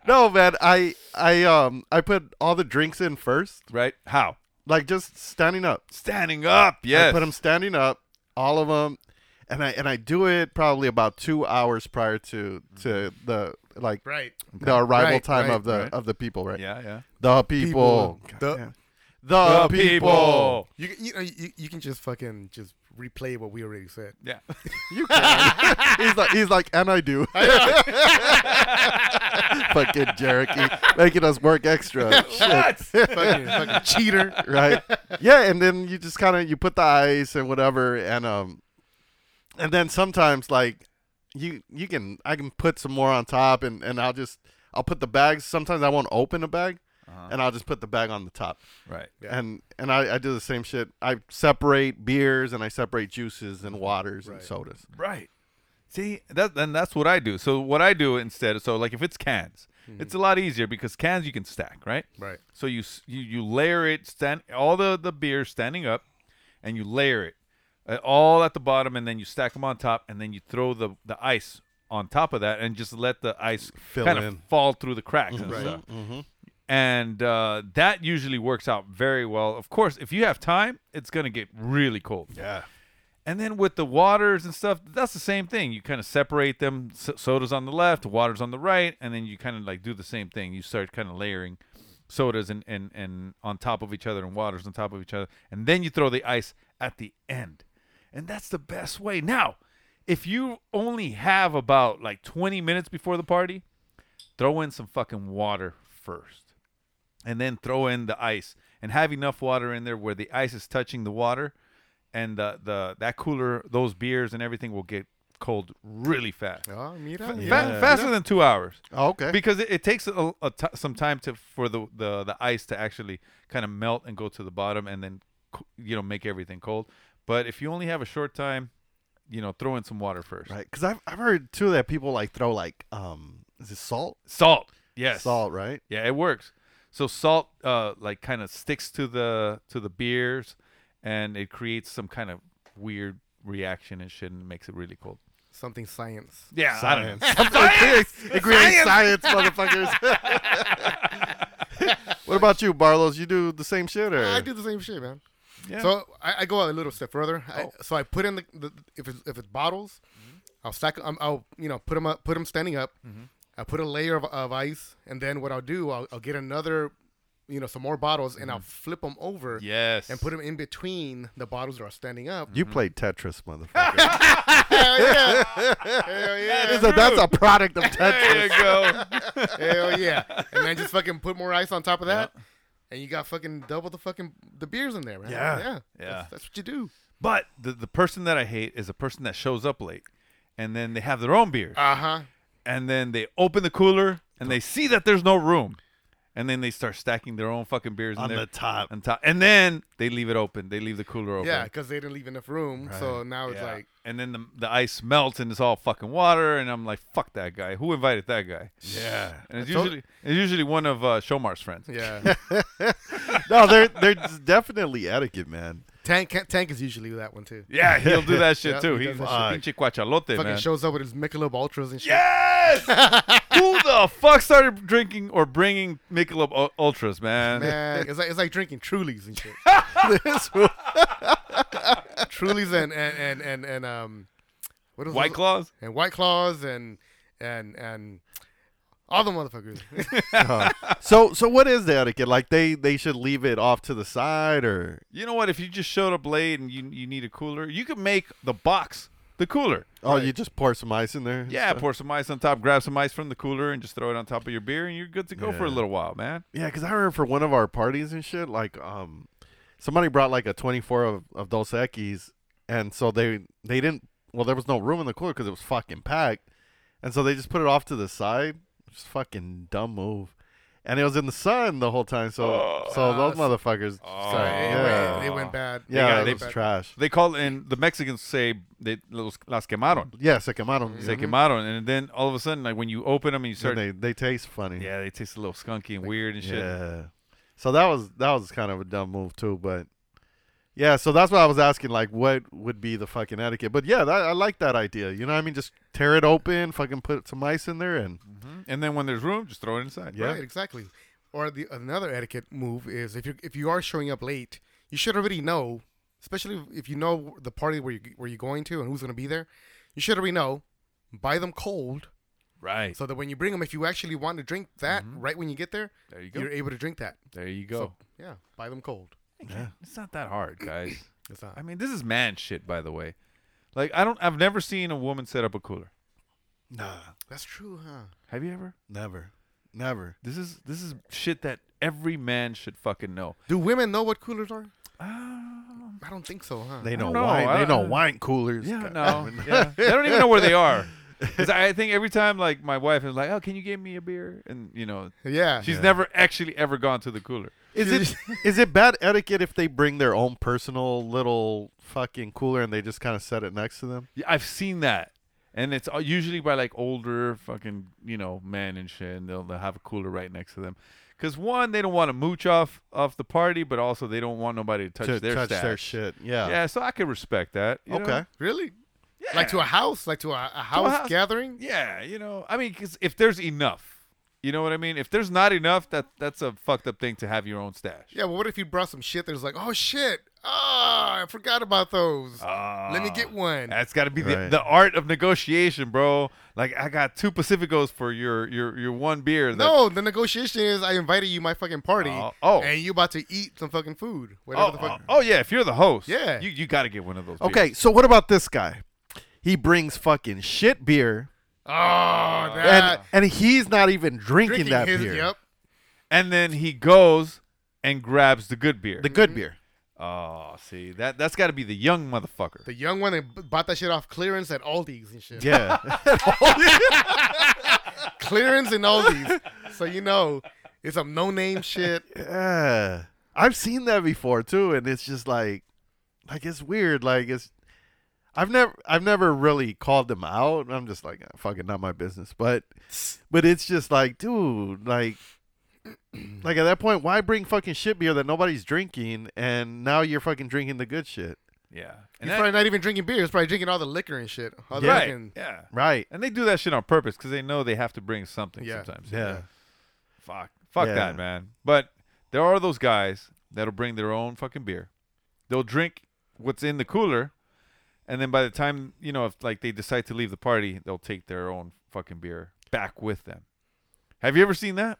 No, man, I I um I put all the drinks in first, Right? How? like just standing up. Standing up. Yes. I put them standing up, all of them, and I and I do it probably about two hours prior to to the like Right. the arrival Right, time right, of the right. of the people, right? Yeah, yeah. The people. People. Oh, God oh. The- damn. The, people. You you, know, you you can just fucking just replay what we already said. Yeah. You can. he's like he's like, and I do. Fucking Jericho, making us work extra. Shit. fucking, fucking cheater. right? Yeah, and then you just kind of you put the ice and whatever, and um, and then sometimes like you you can I can put some more on top, and and I'll just I'll put the bags. Sometimes I won't open a bag, Uh-huh. and I'll just put the bag on the top, Right. and and I, I do the same shit. I separate beers and I separate juices and waters and sodas. Right. See, that and that's what I do. So what I do instead, so like if it's cans, it's a lot easier because cans you can stack, right? Right. So you s- you, you layer it, stand all the the beer standing up, and you layer it uh, all at the bottom, and then you stack them on top, and then you throw the the ice on top of that, and just let the ice Fill kind in. of fall through the cracks and stuff. And uh, that usually works out very well. Of course, if you have time, it's gonna get really cold. Yeah. And then with the waters and stuff, that's the same thing. You kind of separate them. S- sodas on the left, waters on the right, and then you kind of like do the same thing. You start kind of layering sodas and, and and on top of each other and waters on top of each other, and then you throw the ice at the end, and that's the best way. Now, if you only have about like 20 minutes before the party, throw in some fucking water first and then throw in the ice and have enough water in there where the ice is touching the water and the, the that cooler those beers and everything will get cold really fast Oh, mira. Fa- yeah. faster than two hours Oh, okay. because it, it takes a, a t- some time to for the, the the ice to actually kind of melt and go to the bottom and then co- you know make everything cold but if you only have a short time you know throw in some water first Right, because I've I've heard too that people like throw like um is it salt? salt yes Salt, right? Yeah, it works. So salt uh like kind of sticks to the to the beers and it creates some kind of weird reaction and shit and makes it really cold. Something science. Yeah, science. It creates- it creates science, motherfuckers. what about you, Barlos? You do the same shit, or I do the same shit, man. Yeah. Oh. So I, I go out a little step further. I, so I put in the, the if it's if it's bottles, Mm-hmm. I'll stack. i I'll you know put them up, put them standing up. I put a layer of, of ice, and then what I'll do, I'll, I'll get another, you know, some more bottles, and I'll flip them over. Mm-hmm. Yes. And put them in between the bottles that are standing up. you played Tetris, motherfucker? Hell yeah! Hell yeah! that's, a, that's a product of There you Tetris. go. Hell yeah! And then just fucking put more ice on top of that, and you got fucking double the fucking the beers in there, man. Yeah. yeah, Yeah. That's, that's what you do. but the the person that I hate is a person that shows up late and then they have their own beer Uh huh. and then they open the cooler and they see that there's no room and then they start stacking their own fucking beers On in there, the top. on top, and then they leave it open. They leave the cooler open. Yeah, because they didn't leave enough room. So now it's Yeah. like, and then the, the ice melts and it's all fucking water, and I'm like, fuck that guy. Who invited that guy? Yeah. And it's I told- usually it's usually one of uh, Shomar's friends. yeah, No, there there's definitely etiquette, man. Tank Tank is usually that one too. Yeah, he'll do that shit Yeah, too. he He's a does that pinche cuachalote, Fucking man. shows up with his Michelob Ultras and shit. Yes! Who the fuck started drinking or bringing Michelob U- Ultras, man? Man, it's like it's like drinking Trulies and shit. Trulies and and and and, and um, what was White those- Claws? and White Claws and and and all the motherfuckers. So so what is the etiquette? Like they they should leave it off to the side or You know what? If you just showed up late and you, you need a cooler, you could make the box the cooler. oh you just pour some ice in there? and Yeah, stuff? pour some ice on top, grab some ice from the cooler, and just throw it on top of your beer, and you're good to go for a Yeah. little while, man. yeah. Because I remember for one of our parties and shit, like um, somebody brought like a 24 of of Dos Equis, and so they they didn't. Well, there was no room in the cooler because it was fucking packed, and so they just put it off to the side. Just fucking dumb move. And it was in the sun the whole time, so Oh, so those motherfuckers. started- They went- yeah, they went bad. yeah, got- it they- was trash. They call and the Mexicans say they los, las quemaron, Yeah, se quemaron. se quemaron, and then all of a sudden, like when you open them and you start, And Mm-hmm. they they taste funny. yeah, they taste a little skunky and weird and shit. Yeah. So that was that was kind of a dumb move too, but yeah. So that's why I was asking, like, what would be the fucking etiquette? But yeah, that, I like that idea. You know what I mean? Just tear it open, fucking put some ice in there, and Mm-hmm. Mm-hmm. And then when there's room, just throw it inside. Yeah. Right, exactly. Or the another etiquette move is if you if you are showing up late, you should already know, especially if you know the party where you where you're going to and who's going to be there. You should already know. Buy them cold right. so that when you bring them, if you actually want to drink that right when you get there, Mm-hmm. There you go. are able to drink that. There you go. Yeah, buy them cold. It's not that hard, guys. It's not. I mean, this is man shit, by the way. Like I don't, I've never seen a woman set up a cooler. nah, That's true, huh? Have you ever? never, never. This is this is shit that every man should fucking know. Do women know what coolers are? Um, I don't think so, huh? They know, know. wine. I- they know wine coolers. Yeah, God. no, yeah. They don't even know where they are. 'Cause I think every time, like my wife is like, "Oh, can you give me a beer?" and you know, yeah, she's never actually ever gone to the cooler. Is it is it bad etiquette if they bring their own personal little fucking cooler and they just kind of set it next to them? Yeah, I've seen that, and it's all- usually by like older fucking you know men and shit, and they'll, they'll have a cooler right next to them. Because one, they don't want to mooch off off the party, but also they don't want nobody to touch to their touch their stash. shit. Yeah. Yeah, so I could respect that. you know? okay. really. Like to a house, like to a, a, house, house. gathering. Yeah, you know, I mean, 'cause if there's enough, you know what I mean. If there's not enough, that that's a fucked up thing to have your own stash. Yeah, but what if you brought some shit that's like, oh shit, ah, I forgot about those. Let me get one. Ah, That's got to be Right. the, the art of negotiation, bro. Like I got two Pacificos for your your your one beer. That, no, the negotiation is I invited you my fucking party, Oh, oh. and you about to eat some fucking food. Whatever Oh, the fuck. oh, oh, yeah, if you're the host, Yeah. you you got to get one of those. beers. Okay, so what about this guy? He brings fucking shit beer, Oh, and that and he's not even drinking, Uh, drinking that his, beer, Yep. and then he goes and grabs the good beer. the good beer. oh, see that that's got to be the young motherfucker. The young one that b- bought that shit off clearance at Aldi's and shit. Yeah, Clearance and Aldi's. so you know, it's some no name shit. yeah. I've seen that before too, and it's just like, like it's weird. Like it's, I've never, I've never really called them out. I'm just like, "Ah, fucking not my business. But, but it's just like, dude, like. Like at that point, why bring fucking shit beer that nobody's drinking, and now you're fucking drinking the good shit, Yeah, and He's that- probably not even drinking beer. He's probably drinking all the liquor and shit. All the Yeah. right, fucking- yeah, right? and they do that shit on purpose because they know they have to bring something Yeah. sometimes. Yeah. Fuck. Fuck Yeah. that, man. But there are those guys that'll bring their own fucking beer. They'll drink what's in the cooler, and then by the time you know, if like they decide to leave the party, they'll take their own fucking beer back with them. Have you ever seen that?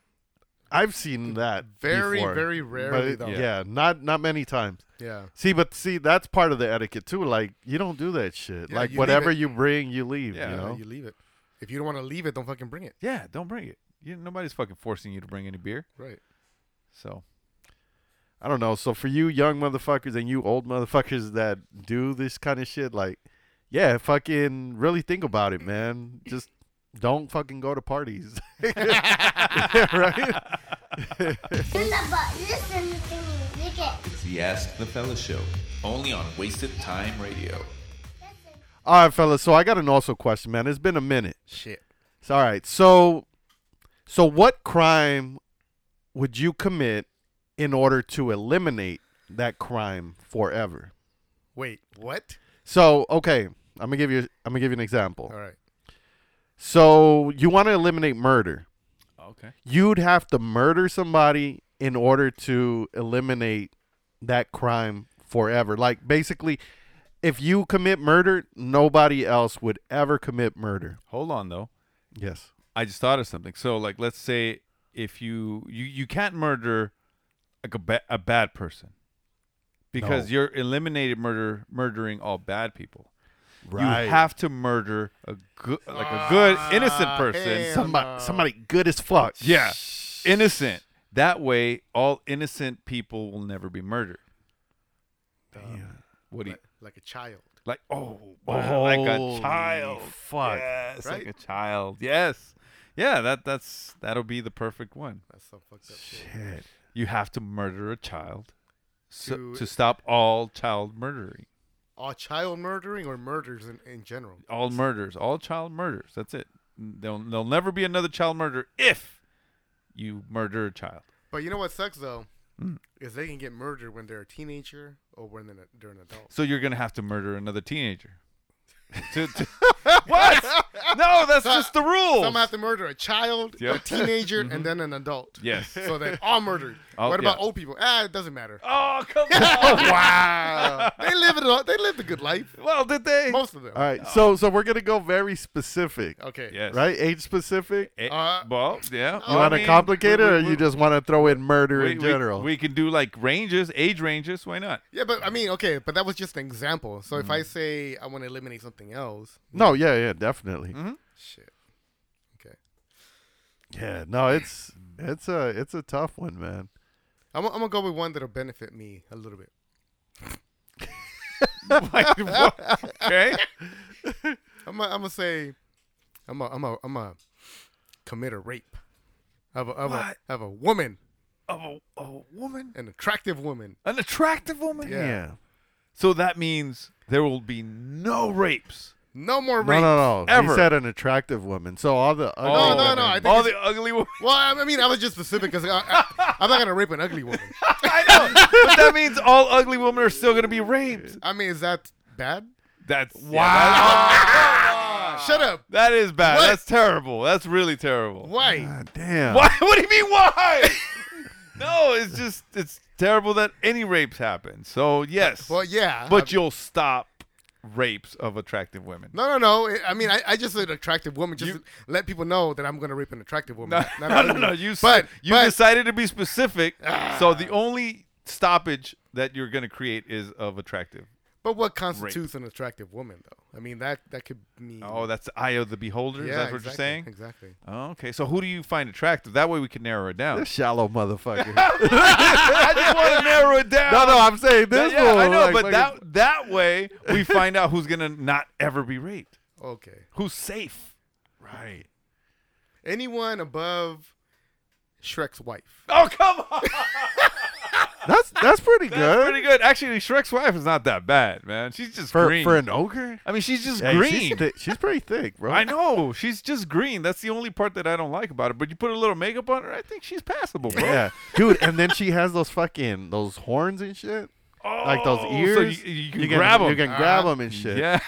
I've seen that Very, before, very but rarely, it- though. Yeah. not not many times. yeah. See, but see, that's part of the etiquette too. Like you don't do that shit. Yeah, like you leave whatever it. you bring, you leave. Yeah. you know. You leave it. If you don't want to leave it, don't fucking bring it. Yeah, don't bring it. You, nobody's fucking forcing you to bring any beer. Right. So I don't know. So for you young motherfuckers and you old motherfuckers that do this kind of shit, like, yeah, fucking really think about it, man. Just don't fucking go to parties, right? listen to me. Look at. It's the Ask the Fellas show, only on Wasted Time Radio. All right, fellas. So I got an also question, man. It's been a minute. Shit. It's all right. So, so what crime would you commit in order to eliminate that crime forever? Wait, what? So, okay, I'm gonna give you. I'm gonna give you an example. All right. So you want to eliminate murder. Okay. You'd have to murder somebody in order to eliminate that crime forever. Like basically, if you commit murder, nobody else would ever commit murder. Hold on though. Yes. I just thought of something. So like let's say if you you, you can't murder like a, ba- a bad person because No. you're eliminated murder murdering all bad people. Right. Ah, You have to murder a good like a good innocent person. hell Somebody, somebody good as fuck. Yeah. Innocent. That way all innocent people will never be murdered. What do you Like, like a child. like oh, wow, like a Holy child. fuck. Yes, Right? like a child. Yes. Yeah, that that's that'll be the perfect one. That's some fucked up shit. Shit. you have to murder a child so, To- to, stop all child murdering, All child murdering or murders in, in general. all murders, all child murders. That's it. There'll, there'll never be another child murder if you murder a child. But you know what sucks though? Mm. Is they can get murdered when they're a teenager or when they're, they're an adult. So you're gonna have to murder another teenager. To- to- what? No, that's just the rule. Some have to murder a child, a Yep. Mm-hmm. teenager, and then an adult. Yes. So they're all murdered. Oh, what about yeah. old people? Ah, it doesn't matter. oh come on! wow. they live it. all- They live the good life. well, did they? Most of them. All right. Oh. So, so we're gonna go very specific, Okay. Yes. right? Age specific. Eh, Uh, well, yeah. You want to complicate it, or you just want to throw in murder we, in we- general? We, can do like ranges, age ranges. Why not? Yeah, but I mean, okay, but that was just an example. So if I Mm-hmm. say I want to eliminate something else, no, yeah, yeah, definitely. Mm-hmm. shit. Okay. Yeah, no, it's it's a it's a tough one, man. I'm, I'm gonna go with one that'll benefit me a little bit. Like, what? Okay. I'm gonna, I'm gonna say, I'm a, I'm a, I'm a commit a rape of a, of a, What? of a woman, Of a, a woman. an attractive woman. An attractive woman? Yeah. So that means there will be no rapes. No more No, rape. no, no. Ever. Oh. He said an attractive woman. So all the ugly No, no, women- no, I think All it's- the ugly women. Well, I I mean, I was just specific because I'm not gonna rape an ugly woman. I know. but that means all ugly women are still going to be raped. I mean, is that bad? That's. Wow. Shut up. that is bad. What? That's terrible. That's really terrible. Why? Damn. Why? What do you mean, why? no, it's just, it's terrible that any rapes happen. So, yes. Well, yeah. but I- you'll stop rapes of attractive women. No, no, no. I- I mean, I, I just said attractive woman. Just You- to let people know that I'm going to rape an attractive woman. No, not an no, no, ugly no. one. You, s- but you but, decided to be specific. so the only stoppage that you're going to create is of attractive. but what constitutes an attractive woman, though? I mean, that that could mean. Oh, that's the eye of the yeah, beholder. is that what exactly, you're saying? Exactly. Oh, okay. So who do you find attractive? That way we can narrow it down. This shallow motherfucker. I just want to narrow it down. no, no, I'm saying That- this yeah, I one, know, like, but fucking- that that way we find out who's gonna not ever be raped. Okay. Who's safe? Right. Anyone above Shrek's wife? Oh come on! that's that's pretty good. That's pretty good. Actually, Shrek's wife is not that bad, man. She's just for green. for an ogre. I mean, she's just Hey, green. She's, thi- she's pretty thick, bro. I know she's just green. That's the only part that I don't like about her. But you put a little makeup on her, I think she's passable, bro. Yeah, dude. And then she has those fucking those horns and shit, Oh, like those so ears. you, you can grab them. Ah, You can grab them and shit. yeah.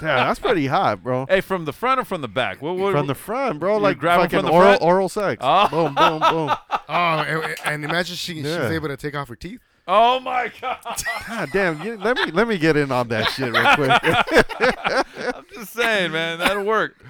Damn, that's pretty hot, bro. Hey, from the front or from the back? What, what, From the front, bro, You like grab 'em fucking from the oral front? oral sex. Oh. Boom, boom, boom. Oh, and, and imagine she, Yeah. she's able to take off her teeth. oh my god! God damn, you, let me let me get in on that shit real quick. I'm just saying, man, that'll work.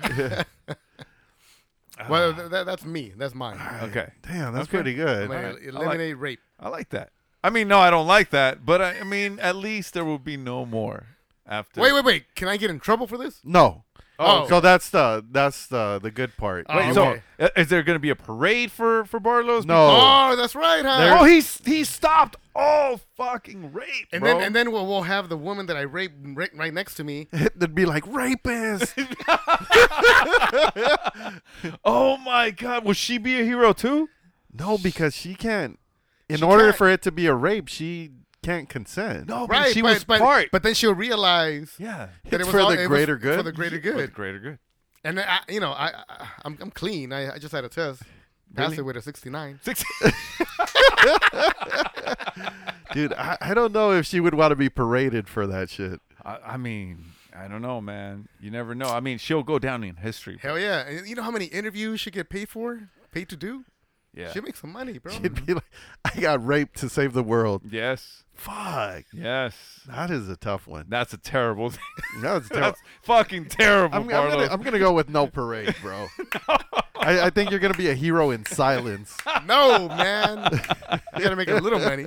Well, th- that, that's me. That's mine. Okay, damn, that's Okay. pretty I'm good. gonna Alright, I like- eliminate rape. I like that. I mean, no, I don't like that, but I, I mean, at least there will be no more after. Wait, wait, wait. Can I get in trouble for this? No. Oh. So that's the that's the the good part. Wait, You So, won't- i- is there going to be a parade for for Barlow's? No. Oh, that's right, huh? Oh, he's he stopped all fucking rape, And bro. then and then we'll, we'll have the woman that I raped right, right next to me. they'd be like rapist. oh my god, will she be a hero too? No, because she can't. In She order can't. for it to be a rape, she can't consent. No, but Right, she but, was but, part. But then she'll realize yeah, that It's it was for all- the it was greater good? For the greater For the good. greater good. And I, you know, I, I I'm, I'm clean. I, I just had a test. Passed it with a 69. Six. Dude, I, I don't know if she would want to be paraded for that shit. I, I mean, I don't know, man. You never know. I mean, she'll go down in history. Hell yeah! And you know how many interviews she get paid for? Paid to do? Yeah. She makes some money, bro. Mm-hmm. She'd be like, I got raped to save the world. Yes. Fuck. Yes. That is a tough one. That's a terrible thing. That's terrible. That's fucking terrible, I'm, I'm gonna, Barlow. I'm gonna go with no parade, bro. I, I think you're gonna be a hero in silence. no, man. You gotta make a little money.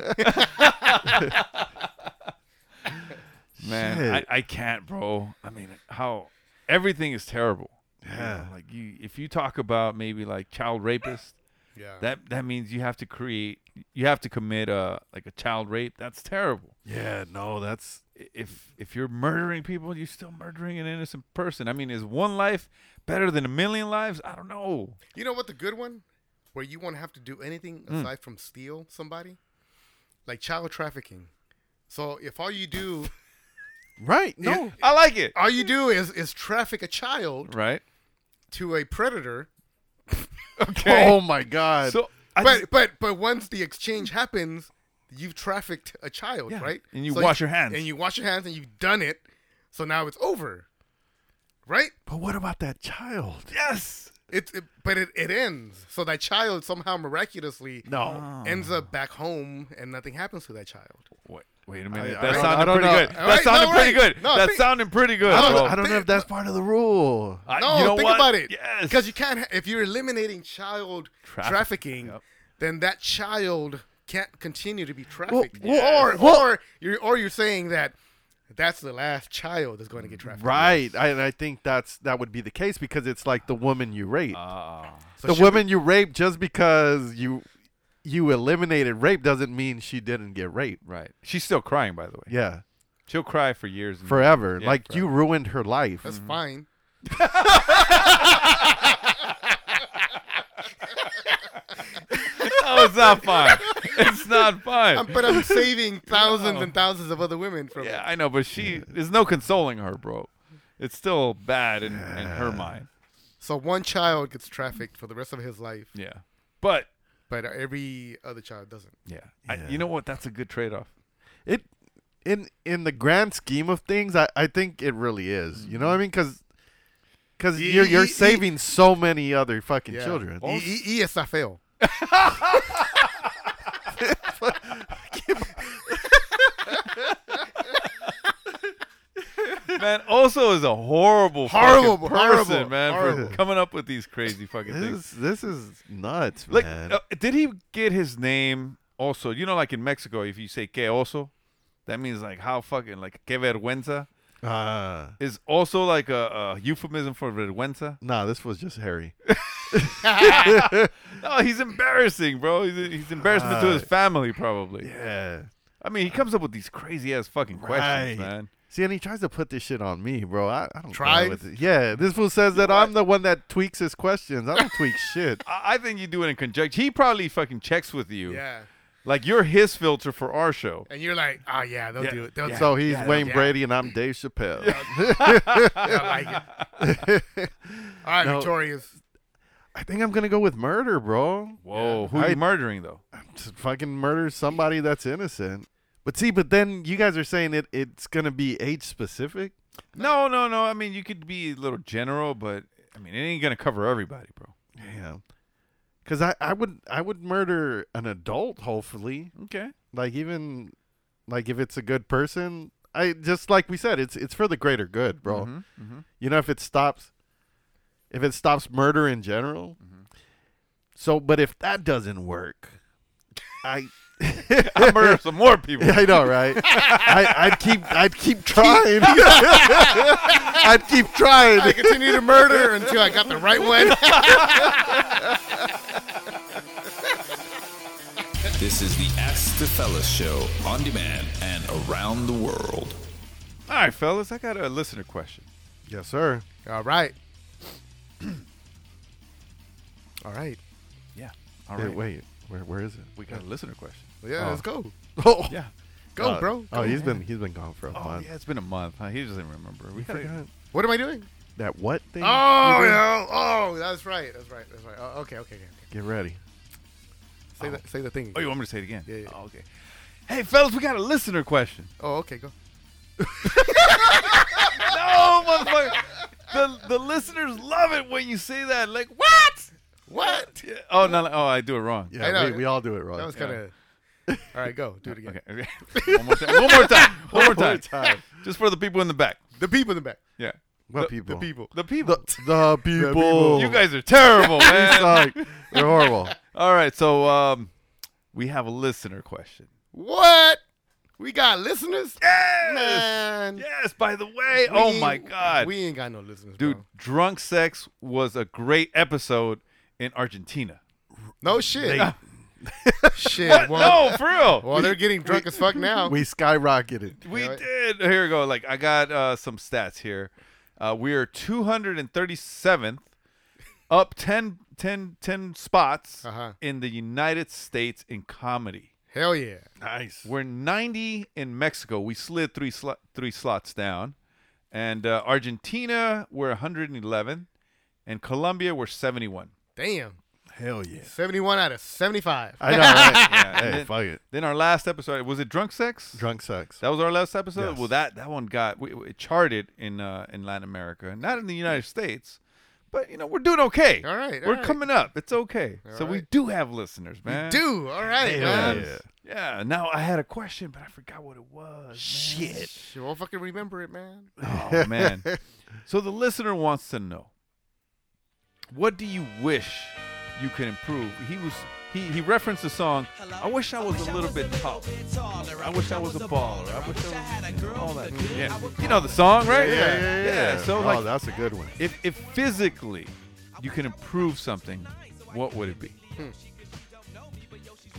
man, Shit. I, I can't, bro. I mean, how everything is terrible. You know, Yeah. Like you, if you talk about maybe like child rapist, yeah. that that means you have to create, you have to commit a like a child rape. That's terrible. Yeah, no, that's I- If if you're murdering people, you're still murdering an innocent person. I mean, is one life better than a million lives? I don't know. You know what the good one? Where you won't have to do anything Hmm. aside from steal somebody? Like child trafficking. So if all you do right. No, I like it. all you do is is traffic a child Right. to a predator, Okay. oh my god. so, I but just- but but once the exchange happens, you've trafficked a child, Yeah, right? and you wash your hands. And you wash your hands and you've done it. So now it's over. Right? but what about that child? yes. It, it but it, it ends. So that child somehow miraculously No, ends up back home and nothing happens to that child. Wait, wait a minute. I that don't- I sounded don't pretty know. good. All that right, no, sounded pretty right. good. No, that think- sounded pretty good. I bro. don't, I don't know if that's part of the rule. I- No, you know think what? about it. Yes. Because you can't. Ha- if you're eliminating child Traffic- trafficking, yep. then that child can't continue to be Well, trafficked. well, or well- or you're or you're saying that that's the last child that's going to get trafficked. Right, I, and I think that's that would be the case because it's like the woman you raped. So Ah. the should we- woman you raped just because you you eliminated rape doesn't mean she didn't get raped. Right. She's still crying, by the way. Yeah, She'll cry for years. and- forever. Yeah, like you forever. ruined her life. that's fine. No, it's not fine. it's not fine. Um, but I'm saving thousands and thousands of other women from yeah, it. I know, but she there's no consoling her, bro. It's still bad in, in her mind. So one child gets trafficked for the rest of his life, Yeah. But but every other child doesn't. yeah, I, you know what? That's a good trade-off. it in in the grand scheme of things i i think it really is you Mm-hmm. know what i mean because because Ye- you're, you're ye- saving so many other fucking Yeah. children E- e- e- yes, I fail. Man, also is a horrible, fucking Horrible, person, horrible, man, for horrible. coming up with these crazy fucking this things. is this is nuts Like, man uh, did he get his name also? You know, like in Mexico, if you say que oso, that means like how fucking like que vergüenza Ah. is also like a, a euphemism for vergüenza. nah this was just harry No, he's embarrassing, bro. He's, he's embarrassment to his family, probably. yeah I mean, he comes up with these crazy ass fucking questions, Right. man. See, and he tries to put this shit on me, bro. I, I don't Tried? know with it. Yeah, this fool says that I'm the one that tweaks his questions. I don't tweak shit. I, I think you do it in conjecture. He probably fucking checks with you. Yeah, Like you're his filter for our show. and you're like, oh yeah, they'll Yeah. do it. They'll So do it. he's Yeah, Wayne yeah. Brady and I'm Dave Chappelle. I like it. All right, No. Victorious. I think I'm gonna go with murder, bro. Whoa, who I- you murdering though? to fucking murder somebody that's innocent. But see, but then you guys are saying it it's gonna be age specific. No, no, no. I mean, you could be a little general, but I mean, it ain't gonna cover everybody, bro. Yeah. Cause I, I would I would murder an adult, hopefully. Okay. Like even like if it's a good person. I just like we said, it's it's for the greater good, bro. You know, if it stops if it stops murder in general. So but if that doesn't work, I I murder some more people. I know, right? I, I'd keep, I'd keep trying. I'd keep trying. I continue to murder until I got the right one. This is the Ask the Fellas show on demand and around the world. All right, fellas, I got a listener question. Yes, sir. All right. All right. Yeah. All Hey, right. wait, Where where is it? We got a listener question. Yeah, Oh. let's go. Oh Yeah. Go, Uh, bro. Go. Oh, he's been he's been gone for a Oh, month. yeah, it's been a month. Huh? He doesn't remember. We I gotta- forgot What am I doing? that what thing. Oh, you did? yeah. Oh, that's right. That's right. That's right. Oh, okay, okay, okay. Get ready. Say, the, say the thing. Oh, you want me to say it again? Yeah, yeah. Oh, okay. Hey, fellas, we got a listener question. Oh, okay, go. No, motherfucker. the the listeners love it when you say that. Like what? What? Yeah. Oh no! no, Oh, I do it wrong. Yeah, I know. we, we all do it wrong. That was kind of. All right, go. Do it again. Okay. okay. one more time. One more time. One more time. time. Just for the people in the back. The people in the back. Yeah. What The- people? The people. The people. The people. you guys are terrible, It's man. like they're horrible. All right, so um, we have a listener question. What? We got listeners? Yes. Man. Yes. By the way, oh We- my god, We ain't got no listeners, dude, bro. drunk sex was a great episode in Argentina. No shit. shit. Well, No, for real. well, they're getting drunk as fuck now. We skyrocketed. We Yeah, right. did. Here we go. Like I got uh, some stats here. Uh, we are 237th, up 10, 10, 10 spots Uh-huh. in the United States in comedy. Hell yeah. Nice. We're 90 in Mexico. We slid three sl- three slots down, and uh, Argentina we're 111, and Colombia we're 71. Damn. Hell yeah. 71 out of 75. Uh, I know. Right? Yeah, hey, and then, fuck it. then our last episode was it drunk sex? Drunk sex. That was our last episode. Yes. Well, that that one got we, it charted in uh, in Latin America, not in the United States, but you know we're doing okay. All right, all we're right. coming up. It's okay. so we right. do have listeners, man. Do. All right, Hell man. yeah. Yeah. Now I had a question, but I forgot what it was. Shit. Shit, won't fucking remember it, man. Oh man. so the listener wants to know, what do you wish you could improve? He was he he referenced the song. I wish I was a little bit taller. I wish I was a baller. I wish I was you know, all that. Yeah. You know the song, right? So oh, like, that's a good one. if if physically you can improve something, what would it be?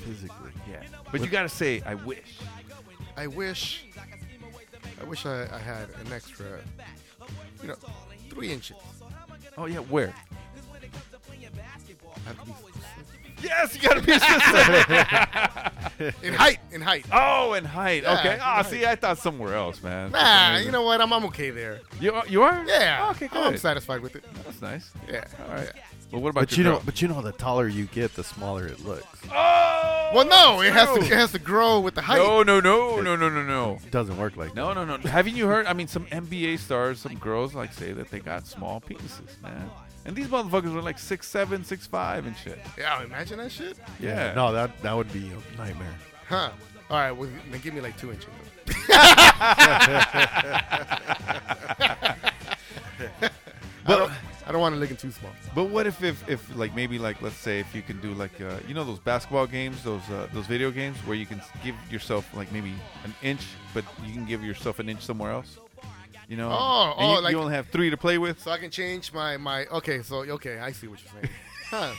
Physically. Yeah. But you gotta say, I wish. I wish. I wish I, I had an extra, you know, three inches. Oh yeah, where? I have to Yes, you gotta be specific. be- In height, in height. oh, and height. Yeah, okay. Ah, right. see, I thought somewhere else, man. For some Nah, reason. you know what? I'm, I'm okay there. You are? You are? Yeah. Oh, okay, good. I'm satisfied with it. That's nice. Yeah. All right. Well, what about But your you know, girl? but you know, the taller you get, the smaller it looks. oh! Well, no, it has to it true. has to grow with the height. No, no, no, no, no, no, no. It doesn't work like No, no, no. Haven't you heard? I mean, some NBA stars, some girls, like say that they got small penises, man. And these motherfuckers were like six seven, six five, and shit. Yeah, imagine that shit. that. Yeah. No, that that would be a nightmare. Huh. All right, well, then give me like two inches. I don't, I don't want to look too small. But what if, if, if, like maybe, like let's say, if you can do like, uh, you know, those basketball games, those uh, those video games where you can give yourself like maybe an inch, but you can give yourself an inch somewhere else. You know, Oh, and oh, you, like- you only have three to play with. So I can change my my. Okay, so okay, I see what you're saying. Huh.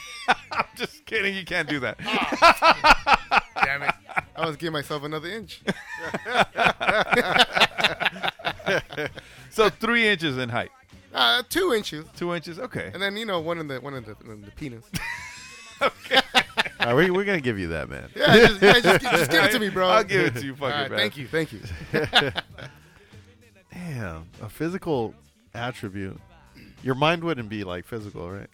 I'm just kidding. You can't do that. Ah. Damn it! I was giving myself another inch. so three inches in height, Uh, two inches, two inches. Okay. and then you know one in the one in the, in the penis. All right, we, we're gonna give you that, man. Yeah, just, yeah, just, gi- just give it to me, bro. I'll give it to you, All fucking right, bro. thank you, thank you. Damn, a physical attribute. Your mind wouldn't be like physical, right?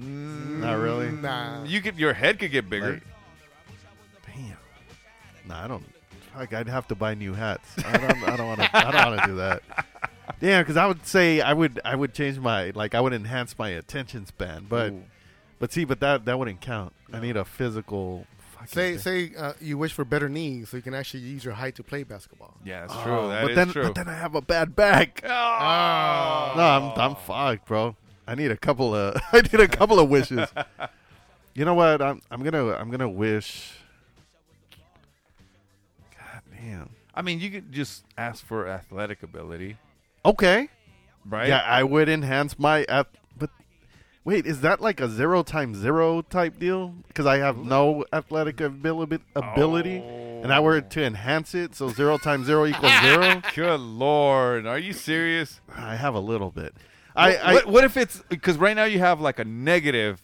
Mm, Not really. Nah, You could your head could get bigger. Like- Damn. No, I don't. Fuck, I'd have to buy new hats. I don't. I don't want to. I don't want to do that. Damn, because I would say I would. I would change my like. I would enhance my attention span, but Ooh. but see, but that that wouldn't count. I need a physical. fucking say thing. say uh, you wish for better knees so you can actually use your height to play basketball. yeah, that's Oh, true. That but is then, true. but then I have a bad back. oh. No, I'm I'm fucked, bro. I need a couple of I need a couple of wishes. You know what? I'm I'm gonna I'm gonna wish. God damn. I mean, you could just ask for athletic ability, Okay. right? Yeah, I would enhance my app. But wait, is that like a zero times zero type deal? Because I have no athletic abili- ability, and I were Oh. to enhance it, so zero times zero equals zero. Good lord, are you serious? I have a little bit. I, I what, what if it's because right now you have like a negative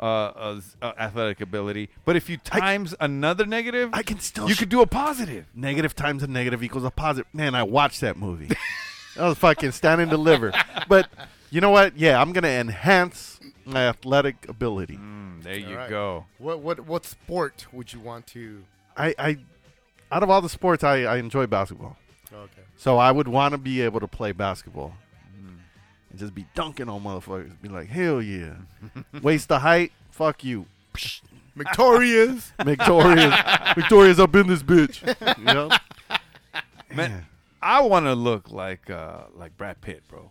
uh, uh, s- uh, athletic ability. But if you times another negative, I can still you sh- could do a positive. negative times a negative equals a positive. Man, I watched that movie. that was fucking stand and deliver. But you know what? Yeah, I'm gonna enhance my athletic ability. Hmm, There you Alright. go. What what what sport would you want to? I, I, out of all the sports, I, I enjoy basketball. Okay. So I would want to be able to play basketball and just be dunking on motherfuckers. Be like, hell yeah, waste the height. Fuck you, Victorious. Victoria's. Victoria's up in this bitch. You know? Man, I want to look like uh, like Brad Pitt, bro.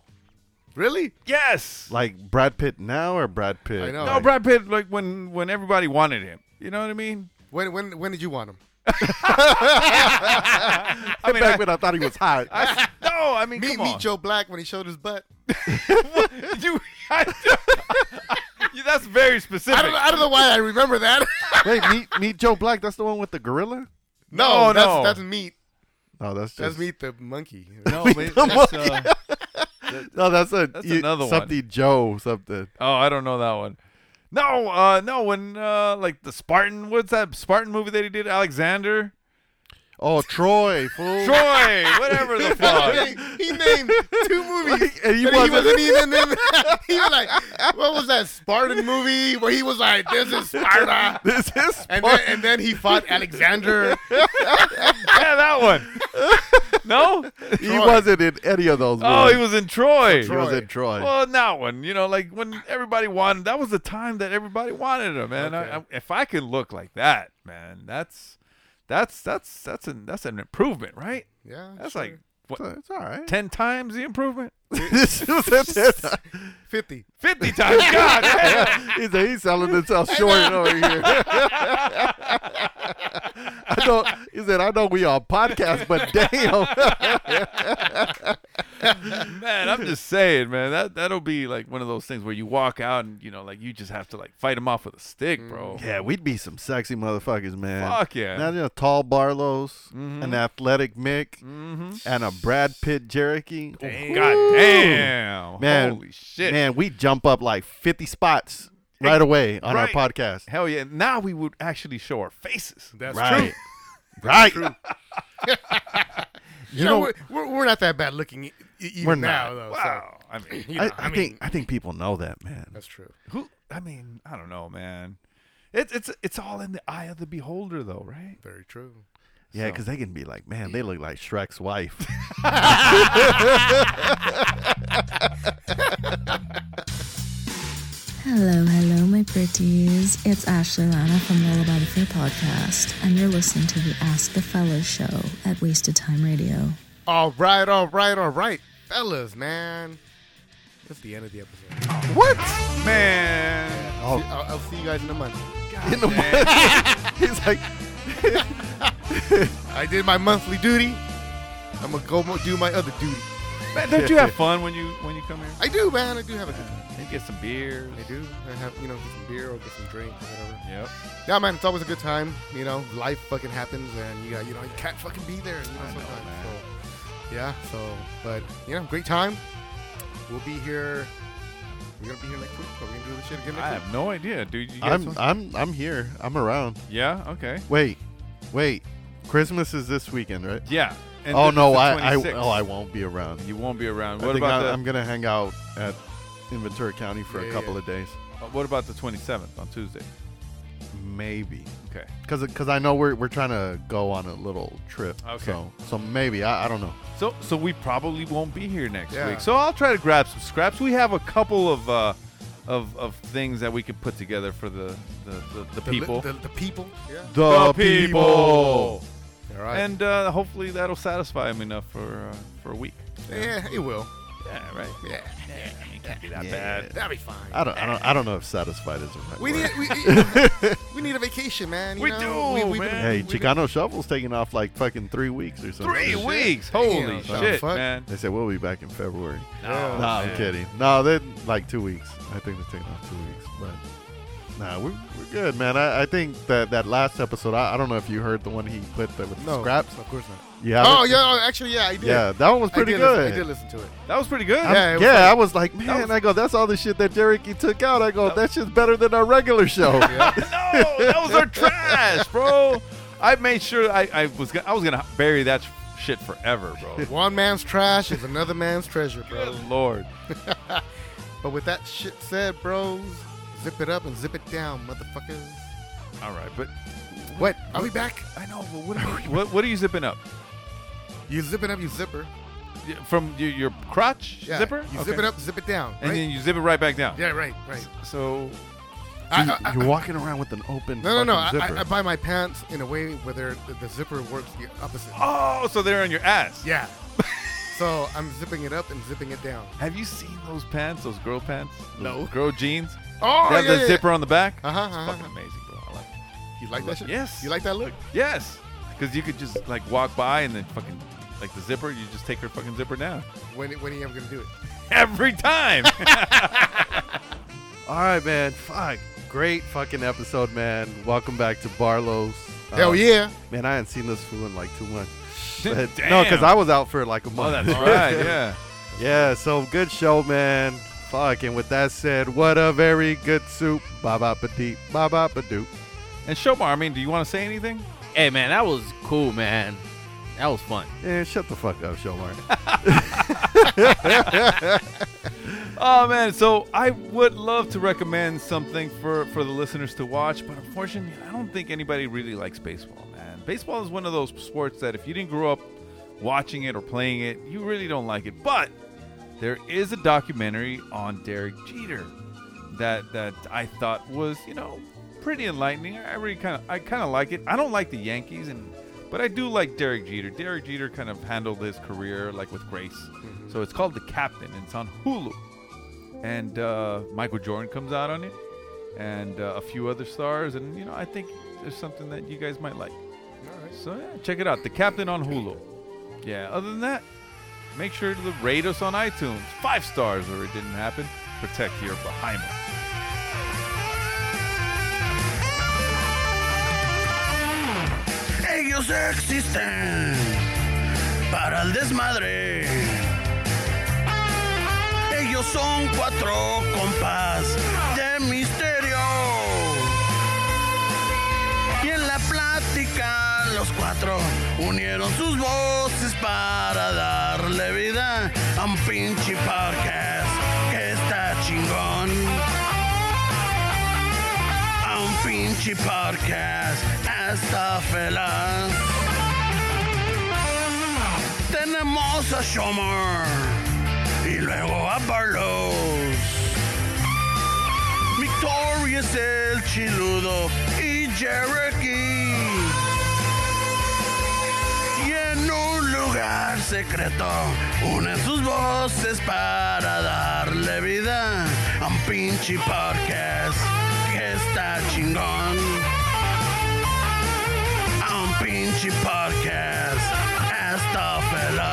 really? Yes. Like Brad Pitt now or Brad Pitt? I know. no, like- Brad Pitt. Like when when everybody wanted him. You know what I mean? When when when did you want him? I mean, Back I- when I thought he was hot. I- no, I mean, Meet come meet on. Joe Black when he showed his butt. you, I- you- that's very specific. I don't I don't know why I remember that. Wait, meet meet Joe Black. That's the one with the gorilla. no, No, that's no. that's meat. No, that's just That's meat the monkey. No, but that's, uh, no, that's a That's another one. something Joe something. oh, I don't know that one. No, uh, no, when uh, like the Spartan, what's that Spartan movie that he did? Alexander, Oh, Troy, fool. Troy, whatever the fuck. he, he named two movies and he that he wasn't- wasn't even in. he was like, what was that Spartan movie where he was like, this is Sparta. This is And then, and then he fought Alexander. yeah, that one. No, he wasn't in any of those. oh, he movies. was in Troy. He was in Troy. Well, in that one, you know, like when everybody wanted, that was the time that everybody wanted him, man. I, I, if I could look like that, man, that's that's that's that's an that's an improvement, right? Yeah, that's sure. like what So it's all right. ten times the improvement, this is it. Fifty. fifty times. God, damn. He's, he's selling himself short over here. I know. He said, "I know we on podcast, but damn, man, I'm just saying, man, that that'll be like one of those things where you walk out and you know, like you just have to like fight him off with a stick, bro. yeah, we'd be some sexy motherfuckers, man. Fuck yeah. Imagine a tall Barlow's, an athletic Mick, and a Brad Pitt Jericho. God damn, man, holy shit, man, we jump up like fifty spots right away on right. our podcast. hell yeah. Now we would actually show our faces. That's true. right, right. You know, we're, we're, we're not that bad looking e- e- even We're now, not. though. Wow, I mean, So, you know, I, I, I mean, think I think people know that, man. that's true. Who? I mean, I don't know, man. It's it's it's all in the eye of the beholder, though, right? Very true. Yeah, because they can be like, man, they look like Shrek's wife. Hello, hello, my pretties. It's Ashley Lana from All About the Fair podcast, and you're listening to the Ask the Fellas show at Wasted Time Radio. All right, all right, all right, fellas, man. That's the end of the episode. what? Man, Oh, I'll, I'll see you guys in a month. in the morning. He's like, I did my monthly duty. I'm gonna go mo- do my other duty. man, don't you have fun when you when you come here? I do, man. I do have a good time. You get some beers. I do. I have, you know, get some beer or get some drink or whatever. Yep. Yeah, man. It's always a good time. You know, life fucking happens, and you got, you know, you can't fucking be there. You know, sometimes. So, yeah. So, but you know, great time. We'll be here. We're gonna be here next week. Are we gonna do this shit again next I week? have no idea, dude. You guys I'm want- I'm I'm here. I'm around. yeah. Okay. Wait, wait. Christmas is this weekend, right? Yeah. And oh this is no, the I, I 26th. oh I won't be around. You won't be around. I What think about I, the I'm gonna hang out at in Ventura County for Yeah, a couple yeah. of days, uh, What about the 27th on Tuesday? maybe. Okay. Cause, 'cause I know we're, we're trying to go on a little trip. Okay. So, so maybe I, I don't know. So so we probably won't be here next Yeah. week. So I'll try to grab some scraps. We have a couple of uh, of of things that we could put together for the the, the, the The li- people. The, the people. Yeah. The people. All right. And uh, hopefully that'll satisfy him enough for uh, for a week. yeah, it will. Yeah, right. Yeah. Can't be that bad. That'll be fine. I don't, I don't I don't know if satisfied is the right We word. need we, we need a vacation, man. you We know? do, we, we've been- man. Hey, we've been- Chicano Shovel's taking off like fucking three weeks or something. Three Shit. weeks. Damn, Holy son. shit, Fuck. man. They said we'll be back in February. No, no, I'm kidding. No, they're like two weeks. I think they're taking off two weeks, but Nah, we're, we're good, man. I, I think that that last episode, I, I don't know if you heard the one he put the, with the No, scraps. of course not. You haven't? Oh yeah, actually yeah, I did. Yeah, that one was I pretty did good. Listen, I did listen to it. That was pretty good. I'm- Yeah, yeah, it was like- I was like, man, was- I go, that's all the shit that Jericho took out. I go, that shit's better than our regular show. no, that was our trash, bro. I made sure I, I was gonna, I was gonna bury that shit forever, bro. One man's trash is another man's treasure, bro. Good Oh, lord. But with that shit said, bros, zip it up and zip it down, motherfuckers. All right, but What? Are we back? I know, but what are, what, what are you zipping up You zip it up, you zipper. Y- from your, your crotch Yeah, zipper? You Okay. zip it up, zip it down. and right? then you zip it right back down. yeah, right, right. So I- Dude, I- I- you're walking around with an open no, no, no. fucking I, zipper. I, I buy my pants in a way where they're- the, the zipper works the opposite. oh, so they're on your ass. Yeah. so I'm zipping it up and zipping it down. Have you seen those pants? Those girl pants? Those No. Girl jeans. Oh, they have yeah, the yeah, zipper on the back. Uh-huh, It's uh-huh, fucking uh-huh. amazing, bro. I like. It. You like that shit? Yes. You like that look? Yes, because you could just like walk by and then fucking like the zipper. You just take her fucking zipper down When when are you ever gonna do it? every time. All right, man. Fuck. Great fucking episode, man. Welcome back to Barlow's. Uh, Hell yeah. Man, I hadn't seen this fool in like two months. But, Damn. No, because I was out for like a Oh, month. that's right. Yeah. yeah, so good show, man. Fuck. And with that said, what a very good soup. Ba ba ba dee, ba ba ba doo. And Shomar, I mean, do you want to say anything? Hey man, that was cool, man. That was fun. Yeah, shut the fuck up, Shomar. Oh man, so I would love to recommend something for for the listeners to watch, but unfortunately, I don't think anybody really likes baseball, man. Baseball is one of those sports that if you didn't grow up watching it or playing it, you really don't like it. But there is a documentary on Derek Jeter that that I thought was, you know, pretty enlightening. I really kind of I kind of like it. I don't like the Yankees and but I do like Derek Jeter. Derek Jeter kind of handled his career like with grace. So it's called The Captain and it's on Hulu and uh, Michael Jordan comes out on it, and uh, a few other stars, and you know I think there's something that you guys might like. So yeah, check it out, The Captain on Hulu. Yeah. Other than that, make sure to rate us on iTunes, five stars, or it didn't happen. Protect your behind. Ellos existen para el desmadre. Ellos son cuatro compas de misterio. Y en la plática los cuatro unieron sus voces para darle vida a un pinche podcast que está chingón. A un pinche podcast está feliz. Tenemos a Shomer y luego a Barlos. Victoria es el chiludo y Jericho. Y en un lugar secreto unen sus voces para darle vida a un pinche podcast que está chingón. A un pinche podcast está feliz.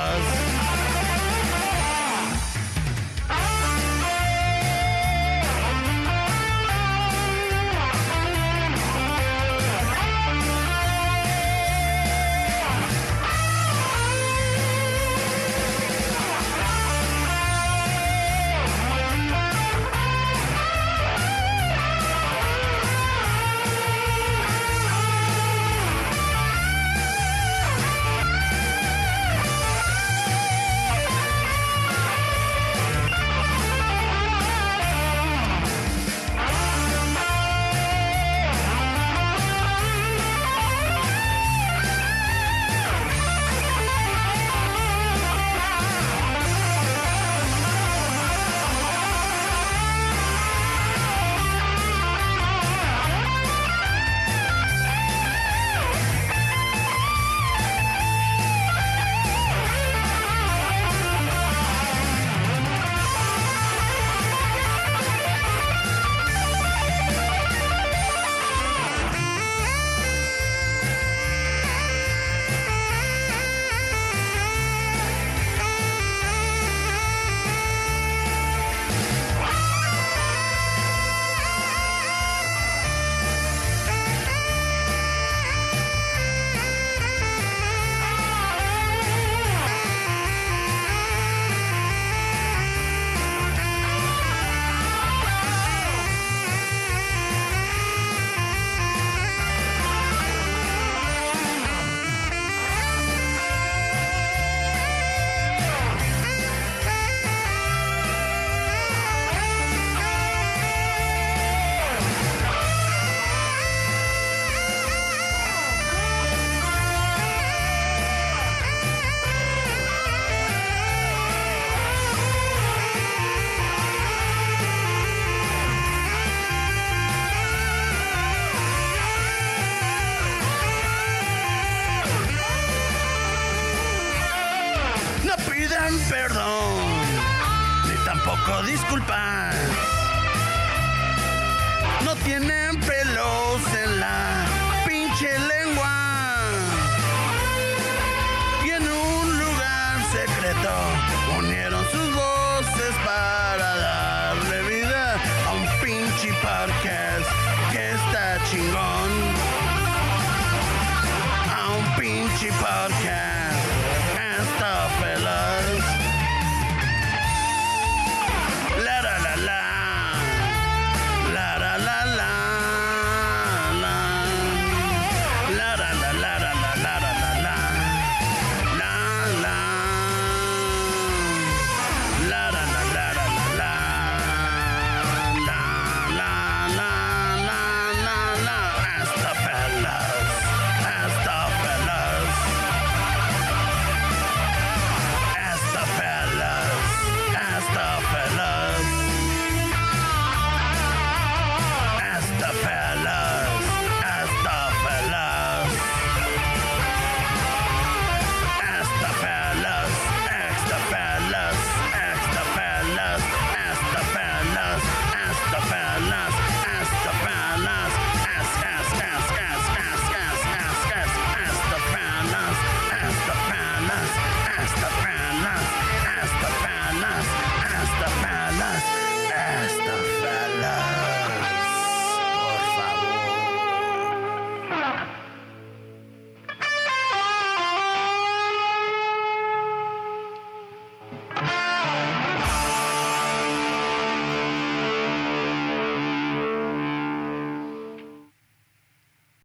dan perdón, ni tampoco disculpas. No tienen pelos en la pinche lengua.